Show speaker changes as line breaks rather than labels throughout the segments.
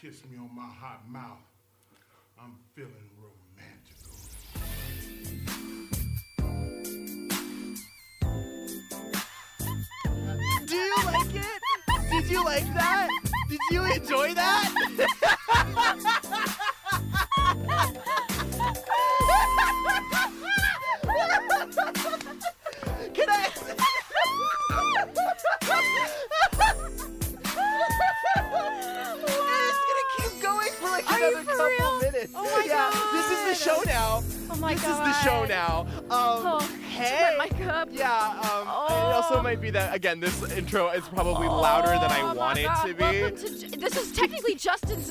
kiss me on my hot mouth. I'm feeling romantical.
Do you like it? Did you like that? Did you enjoy that? Can I? It's gonna keep going for like
Are you
another
for
couple
real?
minutes.
Oh my
yeah, this is the show
God.
now.
Oh my
this
god.
is the show now. Um,
Oh,
hey.
my cup.
Yeah, um, it also
Oh.
might be that, again, this intro is probably louder than
Oh
I
my
want it
God,
to
welcome
be.
to Ju- this is technically Justin's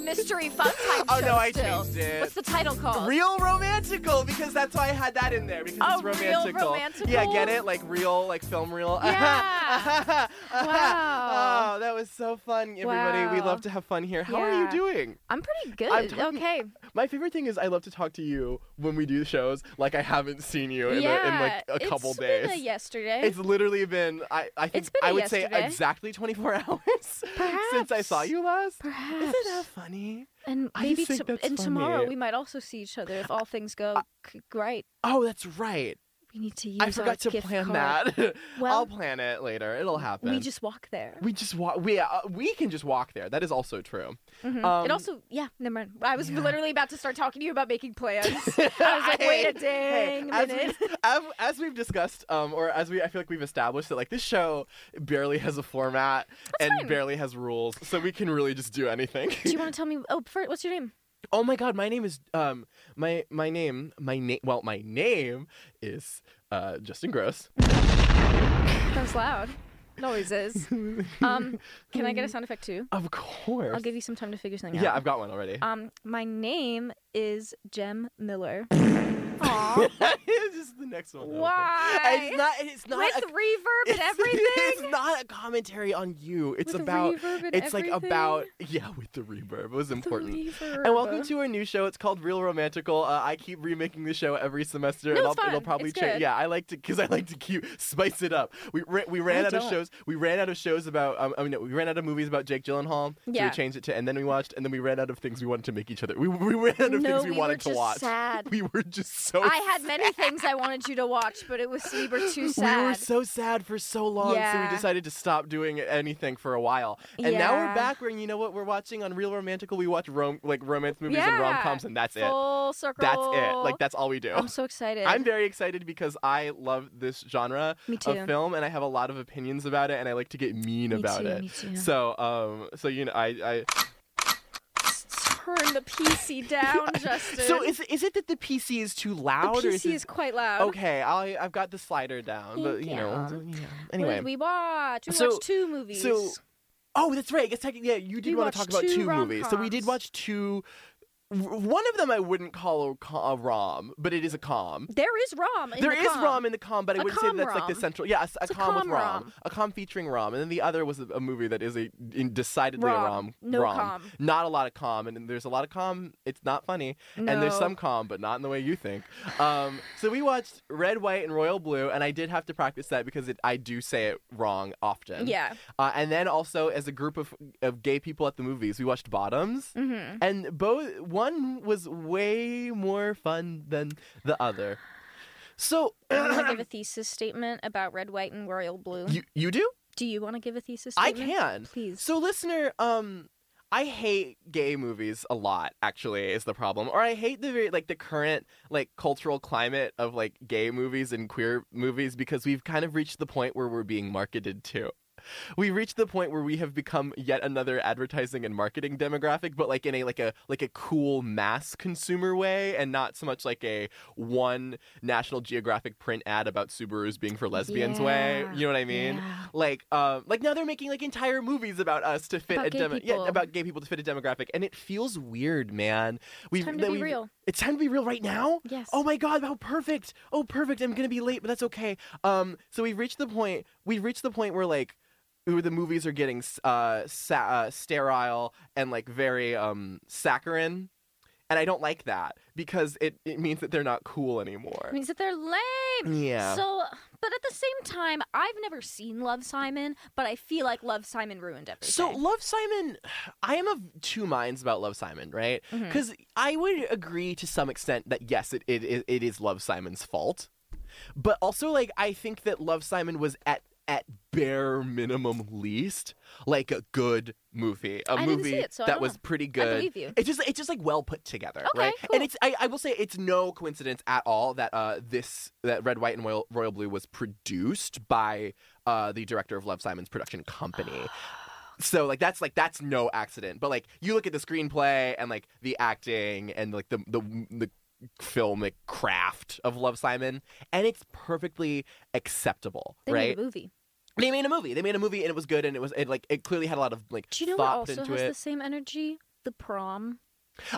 mystery fun time
Oh, no,
show
I
still.
changed it.
What's the title called?
Real romantical, because that's why I had that in there, because it's
Oh, real
romantical. Yeah,
romantical?
get it? Like real, like film real.
Yeah. Wow.
Oh, that was so fun, everybody. We
Wow.
love to have fun here. How are you
Yeah.
doing?
I'm pretty good.
I'm talking-
okay.
My favorite thing is I love to talk to you when we do shows, like I haven't seen you in,
yeah.
the, in like a couple
it's
days.
Been a yesterday.
It's literally been I I think
It's been a
I would say
yesterday.
exactly 24 hours since I saw
Perhaps.
you last.
Perhaps.
Isn't that funny?
and
I just
maybe
think
to-
that's
and tomorrow
funny.
we might also see each other if all things go c- right.
Oh, that's right.
We need to use
I forgot
our
to
gift
plan
card.
that. I'll
Well,
plan it later. It'll happen.
We just walk there.
we just walk. We uh, we can just walk there. That is also true.
Mhm.
um,
it also, yeah, never mind. I was
yeah.
literally about to start talking to you about making plans. I was like, wait a
Hey,
dang
as,
minute.
we, as, as we've discussed, um, or as we, I feel like we've established that like this show barely has a format and
fine.
barely has rules, so we can really just do anything.
Do you want to tell me? Oh, first, what's your name?
Oh my god, my name is um my my name my name well my name is uh Justin Gross.
Mm. That was loud. It always is. Um, can I get a sound effect too?
Of course.
I'll give you some time to figure something
yeah.
out.
I've got one already.
Um, my name is Jem Miller.
it's just the next one. that'll come.
Why?
It's not. It's not.
With
a,
reverb
it's,
and everything.
It's not a commentary on you. It's
With
about.
reverb and
It's like
everything?
about. Yeah, with the reverb, it was
The
important.
reverb.
And welcome to our new show. It's called Real Romantical. Uh, I keep remaking the show every semester,
No,
and
it's
I'll, it'll
fun.
probably
It's
change.
good.
Yeah, I like to because I like to keep spice it up. We ra- we ran
I
out of
don't.
shows. We ran out of shows about. Um, I mean, no, we ran out of movies about Jake Gyllenhaal. So
Yeah.
we changed it to, and then we watched, and then we ran out of things we wanted to make each other. We, we ran out of
No,
things we,
we were
wanted to
just
watch.
sad.
We were just so.
I had many things I wanted you to watch, but it was we were too sad.
We were so sad for so long, so we
Yeah.
decided to stop doing anything for a while. And now we're
Yeah.
back where you know what we're watching on Real Romantical. We watch rom- like romance movies and
Yeah.
rom coms, and that's it.
Full circle.
That's it. Like that's all we do.
I'm so excited.
I'm very excited because I love this genre
Me too.
of film and I have a lot of opinions about it and I like to get mean
Me
about
too,
it.
me too.
So um so you know I, I
Turn the PC down, Justin.
So is is it that the PC is too
the
loud or is
PC
it
is quite loud.
Okay, I I've got the slider down, but
Thank
you know,
you.
d- you know.
What
anyway.
did we watch? We
So-
watched two movies.
so- Oh, that's right. I guess technically, yeah, you did
We
want
watched
to talk about 2
two
movies. So we did
rom-coms.
watch two w- one of them I wouldn't call a, co- a rom, but it is a com.
there is rom. in
There
the
is
com.
rom in the com, but I
A
wouldn't say that
com
that's like the
rom.
central. Yeah, a, s- a
It's a
com with
com
rom.
rom.
a com featuring rom, and then the other was a, a movie that is a in decidedly a
Rom.
rom.
No
rom.
com.
Not a lot of com, and then there's a lot of com. It's not funny, and there's
No.
some com, but not in the way you think. Um, so we watched Red, White, and Royal Blue, and I did have to practice that because it, I do say it wrong often.
Yeah.
Uh, and then also as a group of of gay people at the movies, we watched Bottoms.
Mm-hmm.
And both one was way more fun than the other. So
Do you want to give a thesis statement about red, white, and royal blue?
you you do?
Do you want to give a thesis
I
statement?
can.
Please.
So listener, um I hate gay movies a lot actually is the problem. Or I hate the very like the current like cultural climate of like gay movies and queer movies because we've kind of reached the point where we're being marketed to. We reached the point where we have become yet another advertising and marketing demographic, but like in a like a like a cool mass consumer way, and not so much like a one National Geographic print ad about Subarus being for lesbians way.
Yeah.
You know what I mean?
Yeah.
like um like now they're making like entire movies about us to fit
About
a
gay
demo- yeah
people.
about gay people to fit a demographic and it feels weird man we
time to
that
be
we've-
real.
it's time to be real right now
Yes.
oh my god how perfect oh perfect i'm gonna be late but that's okay um so we've reached the point we've reached the point where like where the movies are getting uh, sa- uh sterile and like very um saccharine and I don't like that because it, it means that they're not cool anymore.
It means that they're lame.
Yeah.
So, but at the same time, I've never seen Love Simon, but I feel like Love Simon ruined everything.
So Love Simon, I am of two minds about Love Simon, right?
Mhm.
Because I would agree to some extent that yes, it, it it- it is Love Simon's fault, but also like I think that Love Simon was at at bare minimum least like a good movie, a
I didn't see
movie
it, so I
that
don't
was
know.
pretty good.
believe you.
It just it's just like well put together,
Okay,
right?
cool.
And it's I, I will say it's no coincidence at all that uh this that Red White and Royal, Royal Blue was produced by uh the director of Love Simon's production
Oh.
company. So like that's like that's no accident. But like you look at the screenplay and like the acting and like the the the filmic craft of Love Simon and it's perfectly acceptable,
they
right?
made a movie.
They made a movie. They made a movie and it was good and it was it like it clearly had a lot of like
Do you know what
thought
also
put
has
into it.
the same energy? The prom.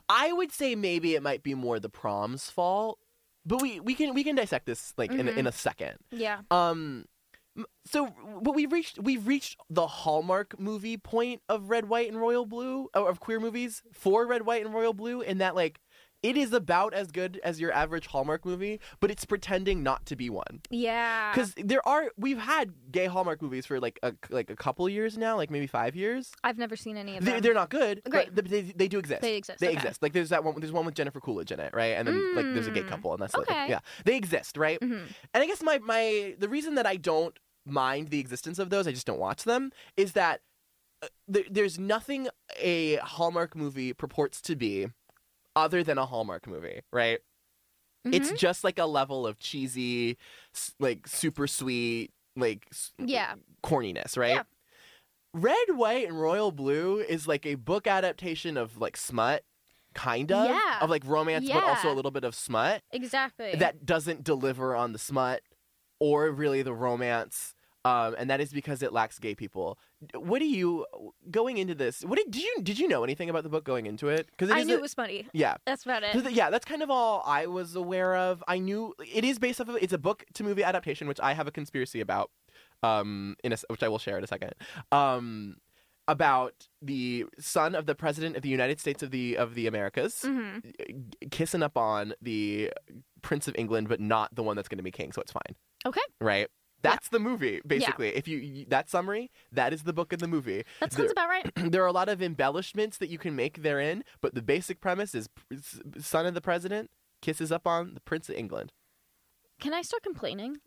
I would say maybe it might be more the prom's fault, but we we can we can dissect this like in a,
Mhm.
in a second.
Yeah.
Um, m- so but we've reached we've reached the hallmark movie point of red, white, and royal blue or of queer movies for red, white, and royal blue in that like it is about as good as your average hallmark movie, but it's pretending not to be one
Yeah.
because there are we've had gay hallmark movies for like a like a couple years now, like maybe five years.
I've never seen any of
They're,
them.
they're not good,
Great.
but they, they do exist.
They exist,
They
okay.
exist. Like there's that one. There's one with Jennifer Coolidge in it, right? And then like there's a gay
Mm,
couple, and that's the other thing.
okay.
yeah. They exist, right?
Mhm.
And I guess my my the reason that I don't mind the existence of those, I just don't watch them, is that uh, there, there's nothing a Hallmark movie purports to be other than a Hallmark movie, right? It's
Mhm.
just like a level of cheesy, s- like super sweet, like s-
yeah.
corniness, right?
Yeah.
Red, white, and royal blue is like a book adaptation of like smut, kind of,
Yeah.
of like romance, but also
Yeah.
a little bit of smut
Exactly.
that doesn't deliver on the smut or really the romance. Um, and that is because it lacks gay people. What do you going into this? What did, did you did you know anything about the book going into it? Because
I knew it was funny.
yeah.
That's about
So
it.
th- yeah, that's kind of all I was aware of. I knew it is based off of it's a book to movie adaptation, which I have a conspiracy about, um, in a, s- which I will share in a second. Um, about the son of the president of the United States of the of the Americas
hmm
g- kissing up on the Prince of England, but not the one that's going to be king, so it's fine.
Okay.
Right. That's the movie, basically. If you, you that summary, that is the book and the movie.
That
There-
sounds about right.
there are a lot of embellishments that you can make therein, but the basic premise is p- s- son of the president kisses up on the prince of England.
Can I start complaining?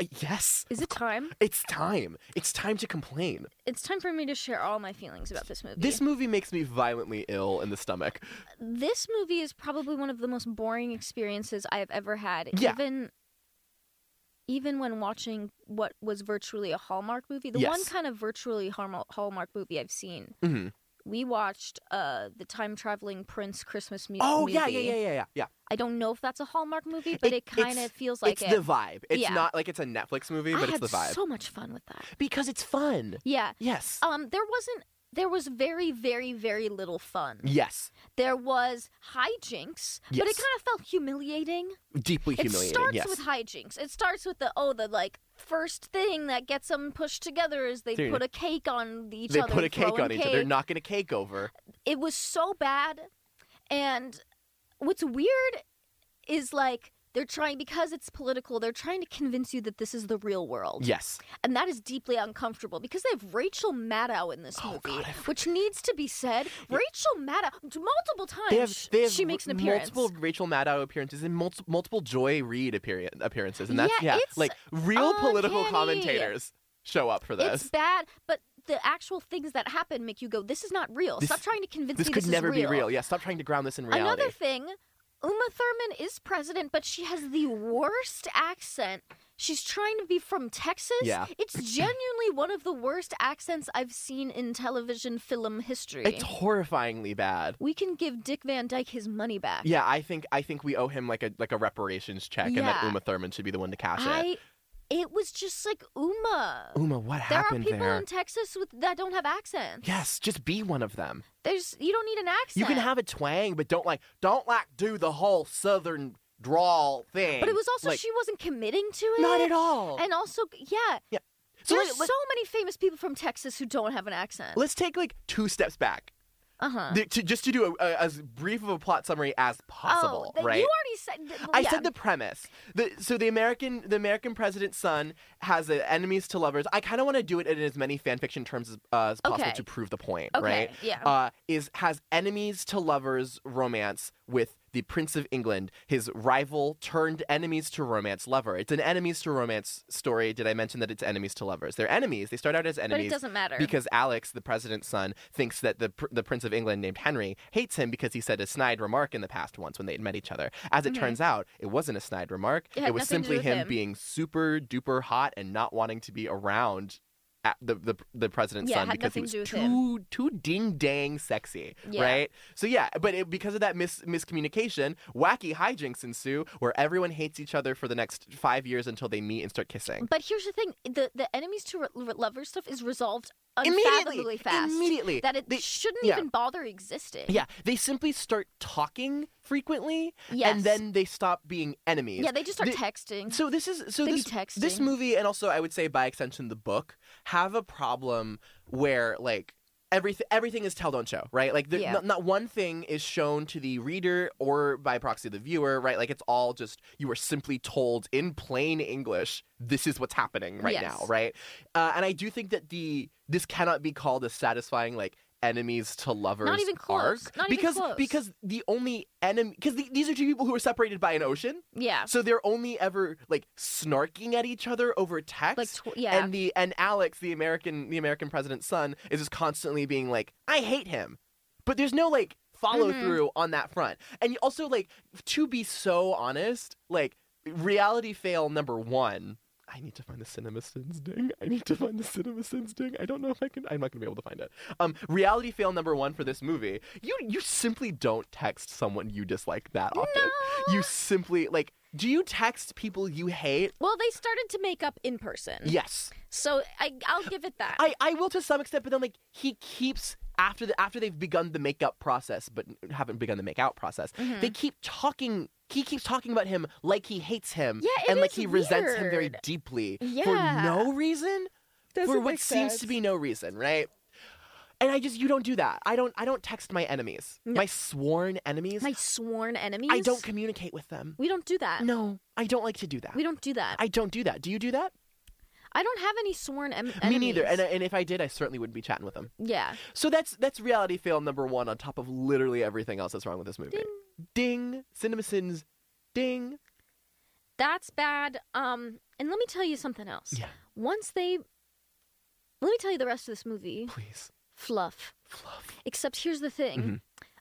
Uh, Yes,
Is it time?
it's time. It's time to complain.
It's time for me to share all my feelings about this movie.
This movie makes me violently ill in the stomach.
this movie is probably one of the most boring experiences I have ever had.
Yeah.
Even even when watching what was virtually a Hallmark movie, the one
Yes.
kind of virtually Hallmark Hallmark movie I've seen,
Mhm.
we watched uh, the time traveling Prince Christmas mu-
Oh
movie.
yeah, yeah, yeah, yeah, yeah, yeah.
I don't know if that's a Hallmark movie, but
It-
it, kind
it's-
of feels like
it's
it.
the vibe. It's
Yeah.
not like it's a Netflix movie,
I
but
had
it's the vibe
so much fun with that.
because it's fun.
Yeah.
Yes,
Um. There wasn't. There was very, very, very little fun.
yes,
There was hijinks, but
Mm. Yes.
it kind of felt humiliating.
deeply humiliating.
It starts
yes.
with hijinks. It starts with the oh, the like first thing that gets them pushed together is they
Dude.
put a cake on each
they
other.
put a cake
throwing
on each other. They're knocking a cake over.
It was so bad, and what's weird is like they're trying because it's political. They're trying to convince you that this is the real world,
Yes.
and that is deeply uncomfortable because they have Rachel Maddow in this
Oh,
movie,
God, I
which needs to be said. Rachel Maddow multiple times
They have, they have
she makes an
m-
appearance.
multiple Rachel Maddow appearances and multiple, multiple Joy Reid appear- appearances, and that's
Yeah,
yeah,
it's
like real political
uncanny.
commentators show up for
It's
this.
bad, but the actual things that happen make you go, "This is not real."
This-
Stop trying to convince
This
me
could
this
never
is real.
be real. Yeah, stop trying to ground this in reality.
Another thing, Uma Thurman is president, but she has the worst accent. She's trying to be from Texas.
Yeah.
It's genuinely one of the worst accents I've seen in television film history.
it's horrifyingly bad.
we can give Dick Van Dyke his money back.
Yeah, I think I think we owe him like a like a reparations check, and that
Yeah.
Uma Thurman should be the one to cash it.
I it was just like Uma.
Uma, what
there are
happened
people
there?
in Texas with that don't have accents.
Yes, just be one of them.
There's you don't need an accent.
You can have a twang, but don't like don't like do the whole southern drawl thing.
But it was also
like,
she wasn't committing to it.
not at all.
And also, yeah,
so
there's
let- let's
so many famous people from Texas who don't have an accent.
Let's take like two steps back.
Uh huh.
Th- to, just to do a, a, as brief of a plot summary as possible,
oh, that-
right?
You already said. th-
I
yeah.
said the premise. The, so the American the American president's son has a enemies to lovers. I kind of want to do it in as many fan fiction terms as, uh, as possible
Okay.
to prove the point,
Okay.
right?
Yeah.
Uh, is has enemies to lovers romance with the Prince of England, his rival turned enemies to romance lover. It's an enemies to romance story. Did I mention that it's enemies to lovers? They're enemies. They start out as
but it
enemies
doesn't matter.
because Alex, the president's son, thinks that the pr- the prince of England named Henry hates him because he said a snide remark in the past once when they had met each other. As it
Mhm.
turns out, it wasn't a snide remark.
It had
was
nothing to do
simply
with
him,
him.
being super duper hot and not wanting to be around at the, the the president's
Yeah, it
son
had
because he
nothing
was
to
too
do with
too ding dang sexy,
Yeah.
right? So yeah, but it, because of that mis- miscommunication, wacky hijinks ensue where everyone hates each other for the next five years until they meet and start kissing.
But here's the thing: the the enemies to re- re- lovers stuff is resolved
Immediately,
unfathomably fast.
immediately,
That it
They-
shouldn't
yeah.
even bother existing.
Yeah, they simply start talking frequently,
Yes.
and then they stop being enemies.
Yeah, they just start
They-
texting.
So this is so
They be
this this
texting.
movie, and also I would say by extension the book, have a problem where like. Everything, everything is tell don't show, right? Like, the,
Yeah.
not, not one thing is shown to the reader or by proxy the viewer, right? Like, it's all just you are simply told in plain English this is what's happening right now,
Yes.
right? Uh, and I do think that the this cannot be called a satisfying like enemies to lovers
even close.
arc
Not even
because
close.
because the only enemy because the, these are two people who are separated by an ocean,
yeah,
so they're only ever like snarking at each other over text.
like tw- yeah,
And the and Alex, the American the American president's son, is just constantly being like, I hate him. But there's no like follow
Mhm.
through on that front. And also like to be so honest, like reality fail number one. I need to find the CinemaSins ding. I need to find the CinemaSins ding. I don't know if I can. I'm not gonna be able to find it. Um, reality fail number one for this movie. You you simply don't text someone you dislike that often. You simply like. Do you text people you hate?
Well, they started to make up in person.
Yes.
So I, I'll give it that.
I, I will to some extent, but then like he keeps after the after they've begun the makeup process, but haven't begun the make out process.
Mhm.
They keep talking. He keeps talking about him like he hates him,
Yeah, it
and like
is
he resents him very
weird.
deeply
Yeah.
for no reason, for what seems to be no reason, right? And I just you don't do that. I don't I don't text my enemies,
No.
my sworn enemies.
My sworn enemies.
I don't communicate with them.
We don't do that.
No, I don't like to do that.
We don't do that. I,
I don't do that. Do you do that?
don't have any sworn em- enemies.
Me neither. And and if I did, I certainly wouldn't be chatting with them.
yeah.
So that's that's reality fail number one on top of literally everything else that's wrong with this movie. Ding, CinemaSins, ding.
That's bad. Um, and let me tell you something else.
Yeah.
Once they, let me tell you the rest of this movie.
Please,
Fluff.
fluff.
Except here's the thing.
Mhm.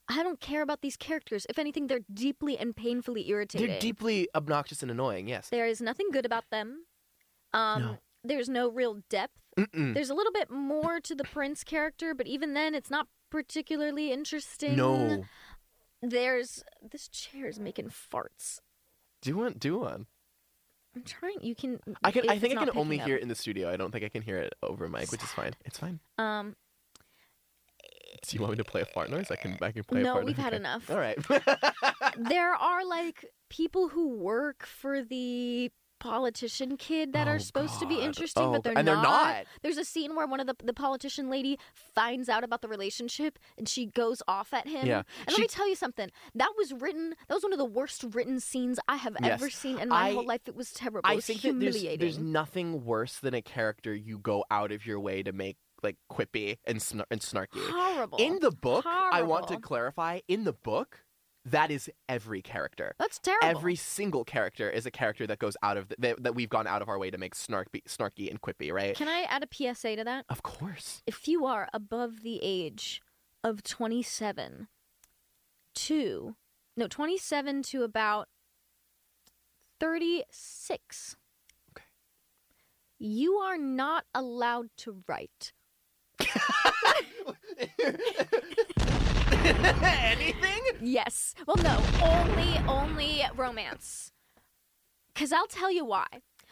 I don't care about these characters. If anything, they're deeply and painfully irritating.
They're deeply obnoxious and annoying. Yes.
There is nothing good about them. Um,
No.
There's no real depth.
Mm-mm.
There's a little bit more to the prince character, but even then, it's not particularly interesting.
No.
There's this chair is making farts.
Do one. Do one.
I'm trying. You can.
I can.
if
I
it's
think I
not
can only
picking up.
hear it in the studio. I don't think I can hear it over mic, which is fine. It's fine.
Um.
Do you want me to play a fart noise? I can. I can play a
no,
fart
we've
noise.
had
Okay.
enough.
All right.
There are like people who work for the politician kid that
Oh,
are supposed to be
God.
interesting,
Oh,
but they're
and they're
not.
not.
There's a scene where one of the the politician lady finds out about the relationship and she goes off at him.
Yeah.
And let
She-
me tell you something. That was written. That was one of the worst written scenes I have
Yes.
ever seen in my
I-
whole life. It was terrible.
I
it was
think that there's,
humiliating.
there's nothing worse than a character you go out of your way to make like quippy and snar- and snarky.
horrible.
In the book, I want to
Horrible.
clarify in the book, that is every character.
That's terrible.
Every single character is a character that goes out of the, that, that we've gone out of our way to make snark snarky and quippy, right?
Can I add a PSA to that?
Of course.
If you are above the age of 27 to no 27 to about 36
Okay.
you are not allowed to write
Anything?
yes well no only only romance because i'll tell you why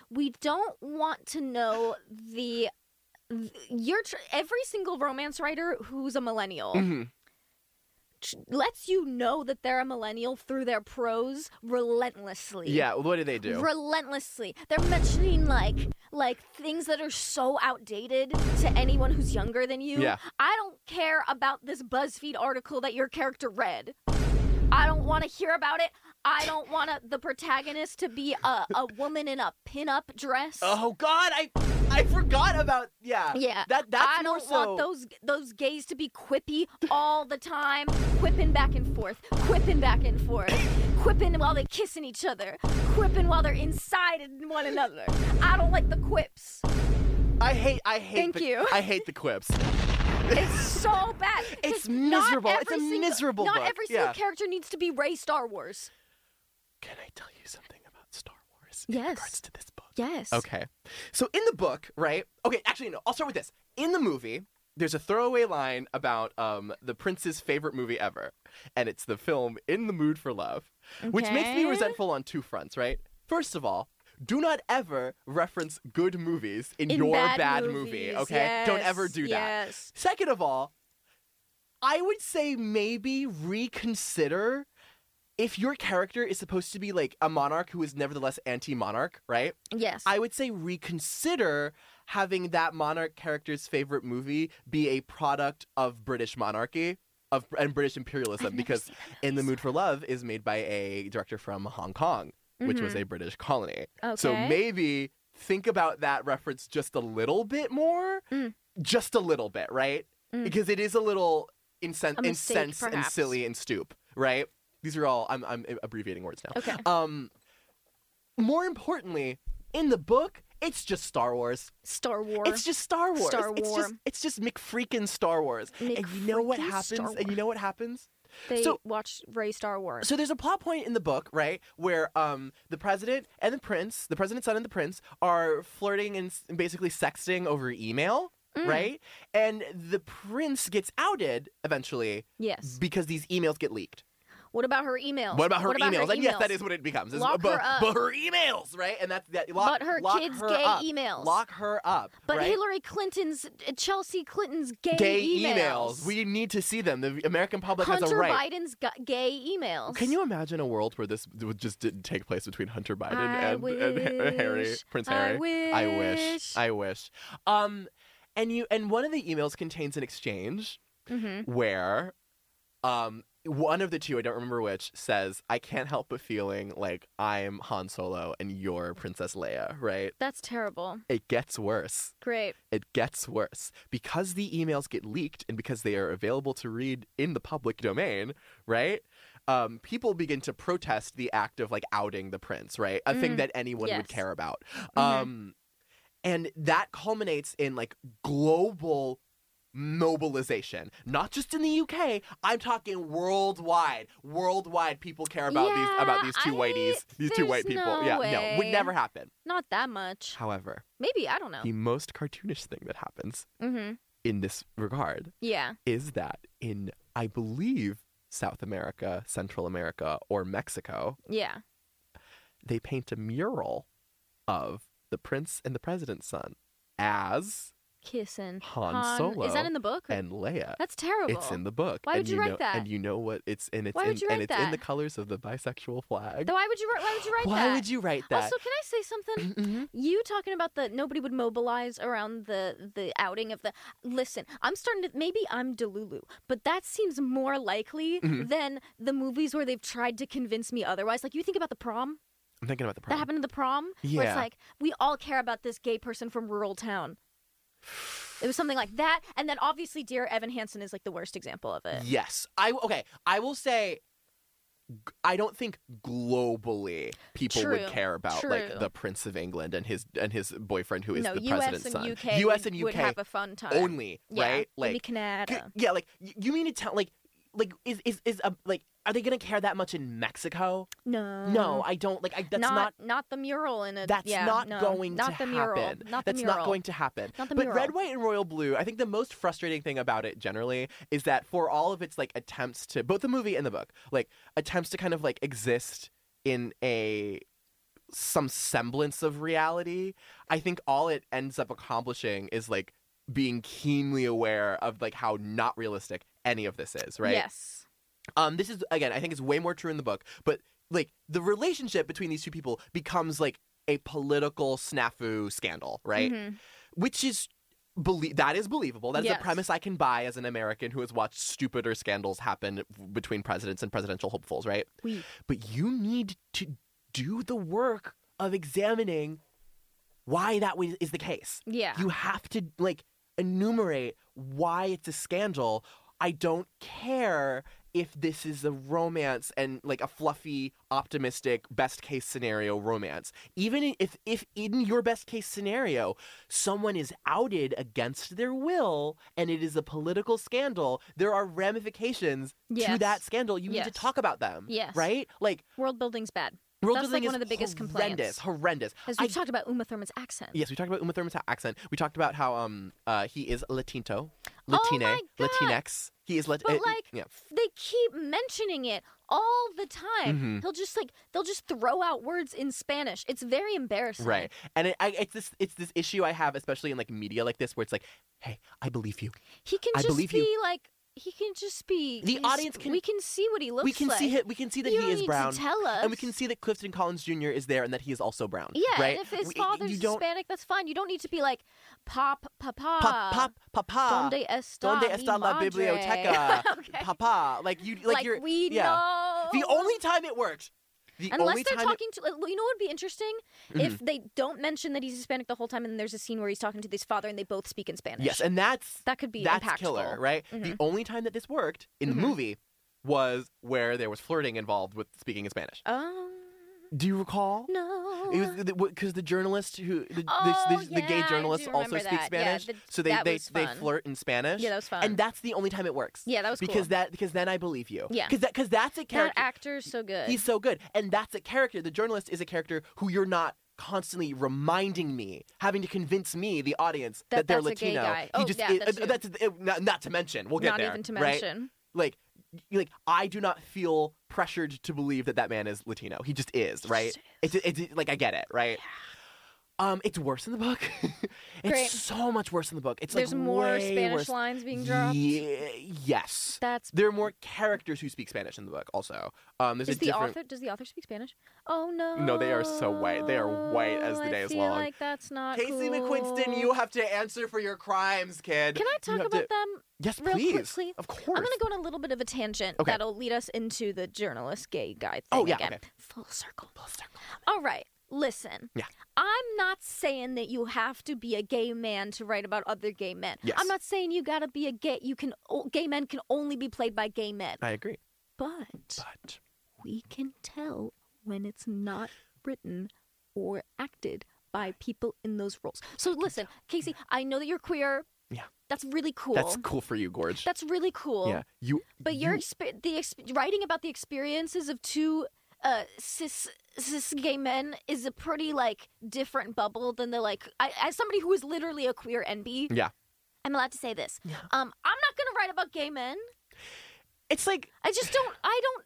we don't want to know the
Mm. Mm-hmm.
th- you're tr- every single romance writer who's a millennial
Mhm.
tr- lets you know that they're a millennial through their prose relentlessly.
Yeah, what do they do?
Relentlessly. They're mentioning like like things that are so outdated to anyone who's younger than you.
Yeah.
I don't care about this BuzzFeed article that your character read. I don't want to hear about it. I don't want the protagonist to be a, a woman in a pinup dress.
Oh God, I I forgot about yeah.
Yeah.
That that's
I
more
don't
so.
want those those gays to be quippy all the time, quipping back and forth, quipping back and forth, quipping while they're kissing each other, quipping while they're inside in one another. I don't like the quips.
I hate I hate.
Thank
the,
you.
I hate the quips.
It's so bad.
It's
'cause not
miserable. It's
every
a
single-
miserable
Not
book,
every single
yeah.
character needs to be Ray Star Wars.
Can I tell you something about Star Wars?
Yes.
In regards to this book.
Yes.
Okay. So in the book, right? Okay, actually no. I'll start with this. In the movie, there's a throwaway line about um the prince's favorite movie ever, and it's the film In the Mood for Love, which makes me
Okay.
resentful on two fronts, right? First of all, do not ever reference good movies in,
In
your
bad,
bad, movie,
movies,
okay? Don't
yes,
ever do that.
Yes.
Second of all, I would say maybe reconsider if your character is supposed to be like a monarch who is nevertheless anti monarch, right?
Yes.
I would say reconsider having that monarch character's favorite movie be a product of British monarchy of and British imperialism
I've never
because
seen that
In the
movie.
Mood for Love is made by a director from Hong Kong, which was
Mhm.
a British colony. So
Okay.
maybe think about that reference just a little bit more.
Mm.
Just a little bit, right?
Mm.
Because it is a little insen-
A mistake,
insense and
perhaps.
silly and stoop, right? These are all I'm I'm abbreviating words now.
Okay.
Um more importantly, in the book, it's just Star Wars.
Star Wars.
It's just Star Wars.
Star
It's just
War.
it's just McFreakin' Star Wars. and you know what
McFreakin'
happens?
Star
And you know what happens?
They
so-
watched Ray Star Wars.
So there's a plot point in the book, right, where um the president and the prince, the president's son and the prince, are flirting and s- basically sexting over email,
Mm.
right? And the prince gets outed eventually
yes.
because these emails get leaked.
What about her email?
What about her emails? and yes, that is what it becomes. It's-
Lock
but,
her up.
but her emails, right? And that's that. Lock,
But her
lock
kids'
her
gay
up.
emails.
Lock her up.
But
right?
Hillary Clinton's, uh, Chelsea Clinton's gay,
gay
emails.
We need to see them. The American public has a
Hunter
right.
Biden's gu- gay emails.
Can you imagine a world where this would just didn't take place between Hunter Biden
I
and, and Ha- Harry,
wish,
Prince
I
Harry? I
wish.
wish. I wish. Um, and you and one of the emails contains an exchange
Mhm.
where, um, one of the two I don't remember which says, "I can't help but feeling like I'm Han Solo and you're Princess Leia." Right?
That's terrible.
It gets worse
Great.
it gets worse because the emails get leaked and because they are available to read in the public domain right um, people begin to protest the act of like outing the prince right a
Mm,
thing that anyone
yes.
would care about
Mhm.
um, and that culminates in like global mobilization not just in the uk i'm talking worldwide worldwide people care about these about these two
Yeah, I-
whiteys these two
there's
white people
no
yeah no would
way.
never happen
Not that much.
however
Maybe I don't know.
the most cartoonish thing that happens
Mm-hmm.
in this regard
Yeah.
is that in, I believe, South America, Central America, or Mexico,
Yeah.
they paint a mural of the prince and the president's son as
Kissing.
Han Solo
Is that in the book?
and Leia.
That's terrible.
It's in the book.
Why would
and
you write
know,
that?
And you know what it's and it's
Why
in,
would you
and
write
it's in the
that?
colors of the bisexual flag.
Why would you write? Why would you write
Why
that?
would you write that?
Also, can I say something?
Mhm.
You talking about the nobody would mobilize around the the outing of the listen. I'm starting to maybe I'm Delulu, but that seems more likely
Mhm.
than the movies where they've tried to convince me otherwise. Like you think about the prom,
I'm thinking about the
that
problem.
happened in the prom, where it's
Yeah.
like we all care about this gay person from rural town. It was something like that, and then obviously, dear Evan Hansen is like the worst example of it.
Yes. I okay, I will say g- I don't think globally people would
True.
care about
True.
like the Prince of England and his and his boyfriend who is
no,
the
U.S.
president's
and
son.
UK,
US
would,
and
would
UK
have a fun time
only,
yeah,
right? Like
maybe
g-
Canada.
yeah, like y- you mean to tell like like is is is a, like are they going to care that much in Mexico?
No,
No, I don't like I, that's not,
Mm-hmm. not the mural in a
that's
yeah,
not
no,
going to
not the
happen.
mural not the
that's
mural
not going to happen.
not the
but
mural
red, white, and royal blue, I think the most frustrating thing about it generally is that for all of its like attempts to both the movie and the book, like attempts to kind of like exist in a some semblance of reality, I think all it ends up accomplishing is like being keenly aware of like how not realistic any of this is, right?
yes
Um, this is again, I think it's way more true in the book, but like the relationship between these two people becomes like a political snafu scandal, right?
Mhm.
Which is belie- that is believable. That is
Yes.
a premise I can buy as an American who has watched stupider scandals happen between presidents and presidential hopefuls, right?
We-
But you need to do the work of examining why that wa- is the case.
yeah.
You have to like enumerate why it's a scandal. I don't care if this is a romance and like a fluffy, optimistic best case scenario romance. Even if if in your best case scenario someone is outed against their will and it is a political scandal, there are ramifications to
Yes.
that scandal. You need
Yes.
to talk about them.
Yes.
Right? Like
World building's bad.
world
That's, like,
building
one
is
of the biggest
horrendous,
complaints.
horrendous.
As
I
we talked about Uma Thurman's accent.
Yes, we talked about Uma Thurman's ha- accent. We talked about how um uh he is Latinto, Latine,
Oh my God.
Latinx. He is Lat-
But
uh,
like
yeah.
f- they keep mentioning it all the time.
Mhm.
He'll just like they'll just throw out words in Spanish. It's very embarrassing.
Right, and it, I, it's this it's this issue I have, especially in like media like this, where it's like, "Hey, I believe you.
He can
I
just
believe
be
you.
like he can just be
The
he's-
audience can-
we can see what he looks
we can
like.
see him. We can see that
you
he
don't
is
need
brown,
To tell us.
and we can see that Clifton Collins Jr. is there, and that he is also brown.
Yeah,
right.
and if his
We-
father's
you don't
Hispanic, that's fine. You don't need to be like pop papa.
pop pop papa.
Donde está,
Donde
mi
está la
madre?
biblioteca?
okay.
Papa, like you, like,
like
you're
we
yeah.
know.
The only time it worked. The
Unless
only
they're
time Mm-hmm. it
talking to, uh, you know what would be interesting if they don't mention that he's Hispanic the whole time, and then there's a scene where he's talking to his father, and they both speak in Spanish.
Yes, and that's
that could be
that's
impactful. Mm-hmm.
killer, right? The only time that this worked in
Mhm.
the movie was where there was flirting involved with speaking in Spanish.
Um,
Do you recall?
no.
It was because the journalist who the,
Oh,
the, the, the gay
yeah, I
journalist
do
also
remember
speaks
that. Yeah,
Spanish,
the-
so they
that
they,
was
they
fun.
flirt in Spanish.
yeah, that was fun.
and that's the only time it works.
yeah, that was
because
cool.
that because then I believe you.
Yeah.
because that because that's a
that
character.
actor's so good.
He's so good, and that's a character. The journalist is a character who you're not constantly reminding me, having to convince me, the audience,
That
that, they're
that's a gay
Latino.
guy.
You
Oh,
just,
yeah,
it-
that's
uh,
you.
it- not, not to mention. We'll get
Not
there.
even to
right?
mention.
like y- like I do not feel pressured to believe that that man is Latino. He just is, right? It's, it's, like I get it, right? Um, it's worse in the book. it's
Great.
so much worse in the book. It's
There's
like
more
way
Spanish
worse.
lines being dropped.
Ye- yes.
That's
There are more characters who speak Spanish in the book. Also, um, there's
is
a
the
different.
author? Does the author speak Spanish? Oh no.
No, they are so white. They are white as the
I
day is
feel
long.
Like that's not
Casey
cool.
McQuinston, you have to answer for your crimes, kid.
Can I
You
talk
have
about
to-
them
Yes,
real
please.
quickly?
Of course.
I'm going to go on a little bit of a tangent
Okay.
that'll lead us into the journalist gay guy thing
Oh, yeah,
again.
okay.
Full circle.
Full circle.
All right. Listen.
Yeah.
I'm not saying that you have to be a gay man to write about other gay men.
Yes.
I'm not saying you got to be a gay you can o- gay men can only be played by gay men.
I agree,
But
but
we can tell when it's not written or acted by people in those roles. So listen, Casey, I know that you're queer.
Yeah.
That's really cool.
that's cool for you, Gorge.
That's really cool.
Yeah, you.
But
you,
your exp- the exp- writing about the experiences of two uh, cis cis gay men is a pretty like different bubble than the like. I, as somebody who is literally a queer NB,
Yeah.
I'm allowed to say this.
Yeah.
Um, I'm not gonna write about gay men.
It's like
I just don't. I don't.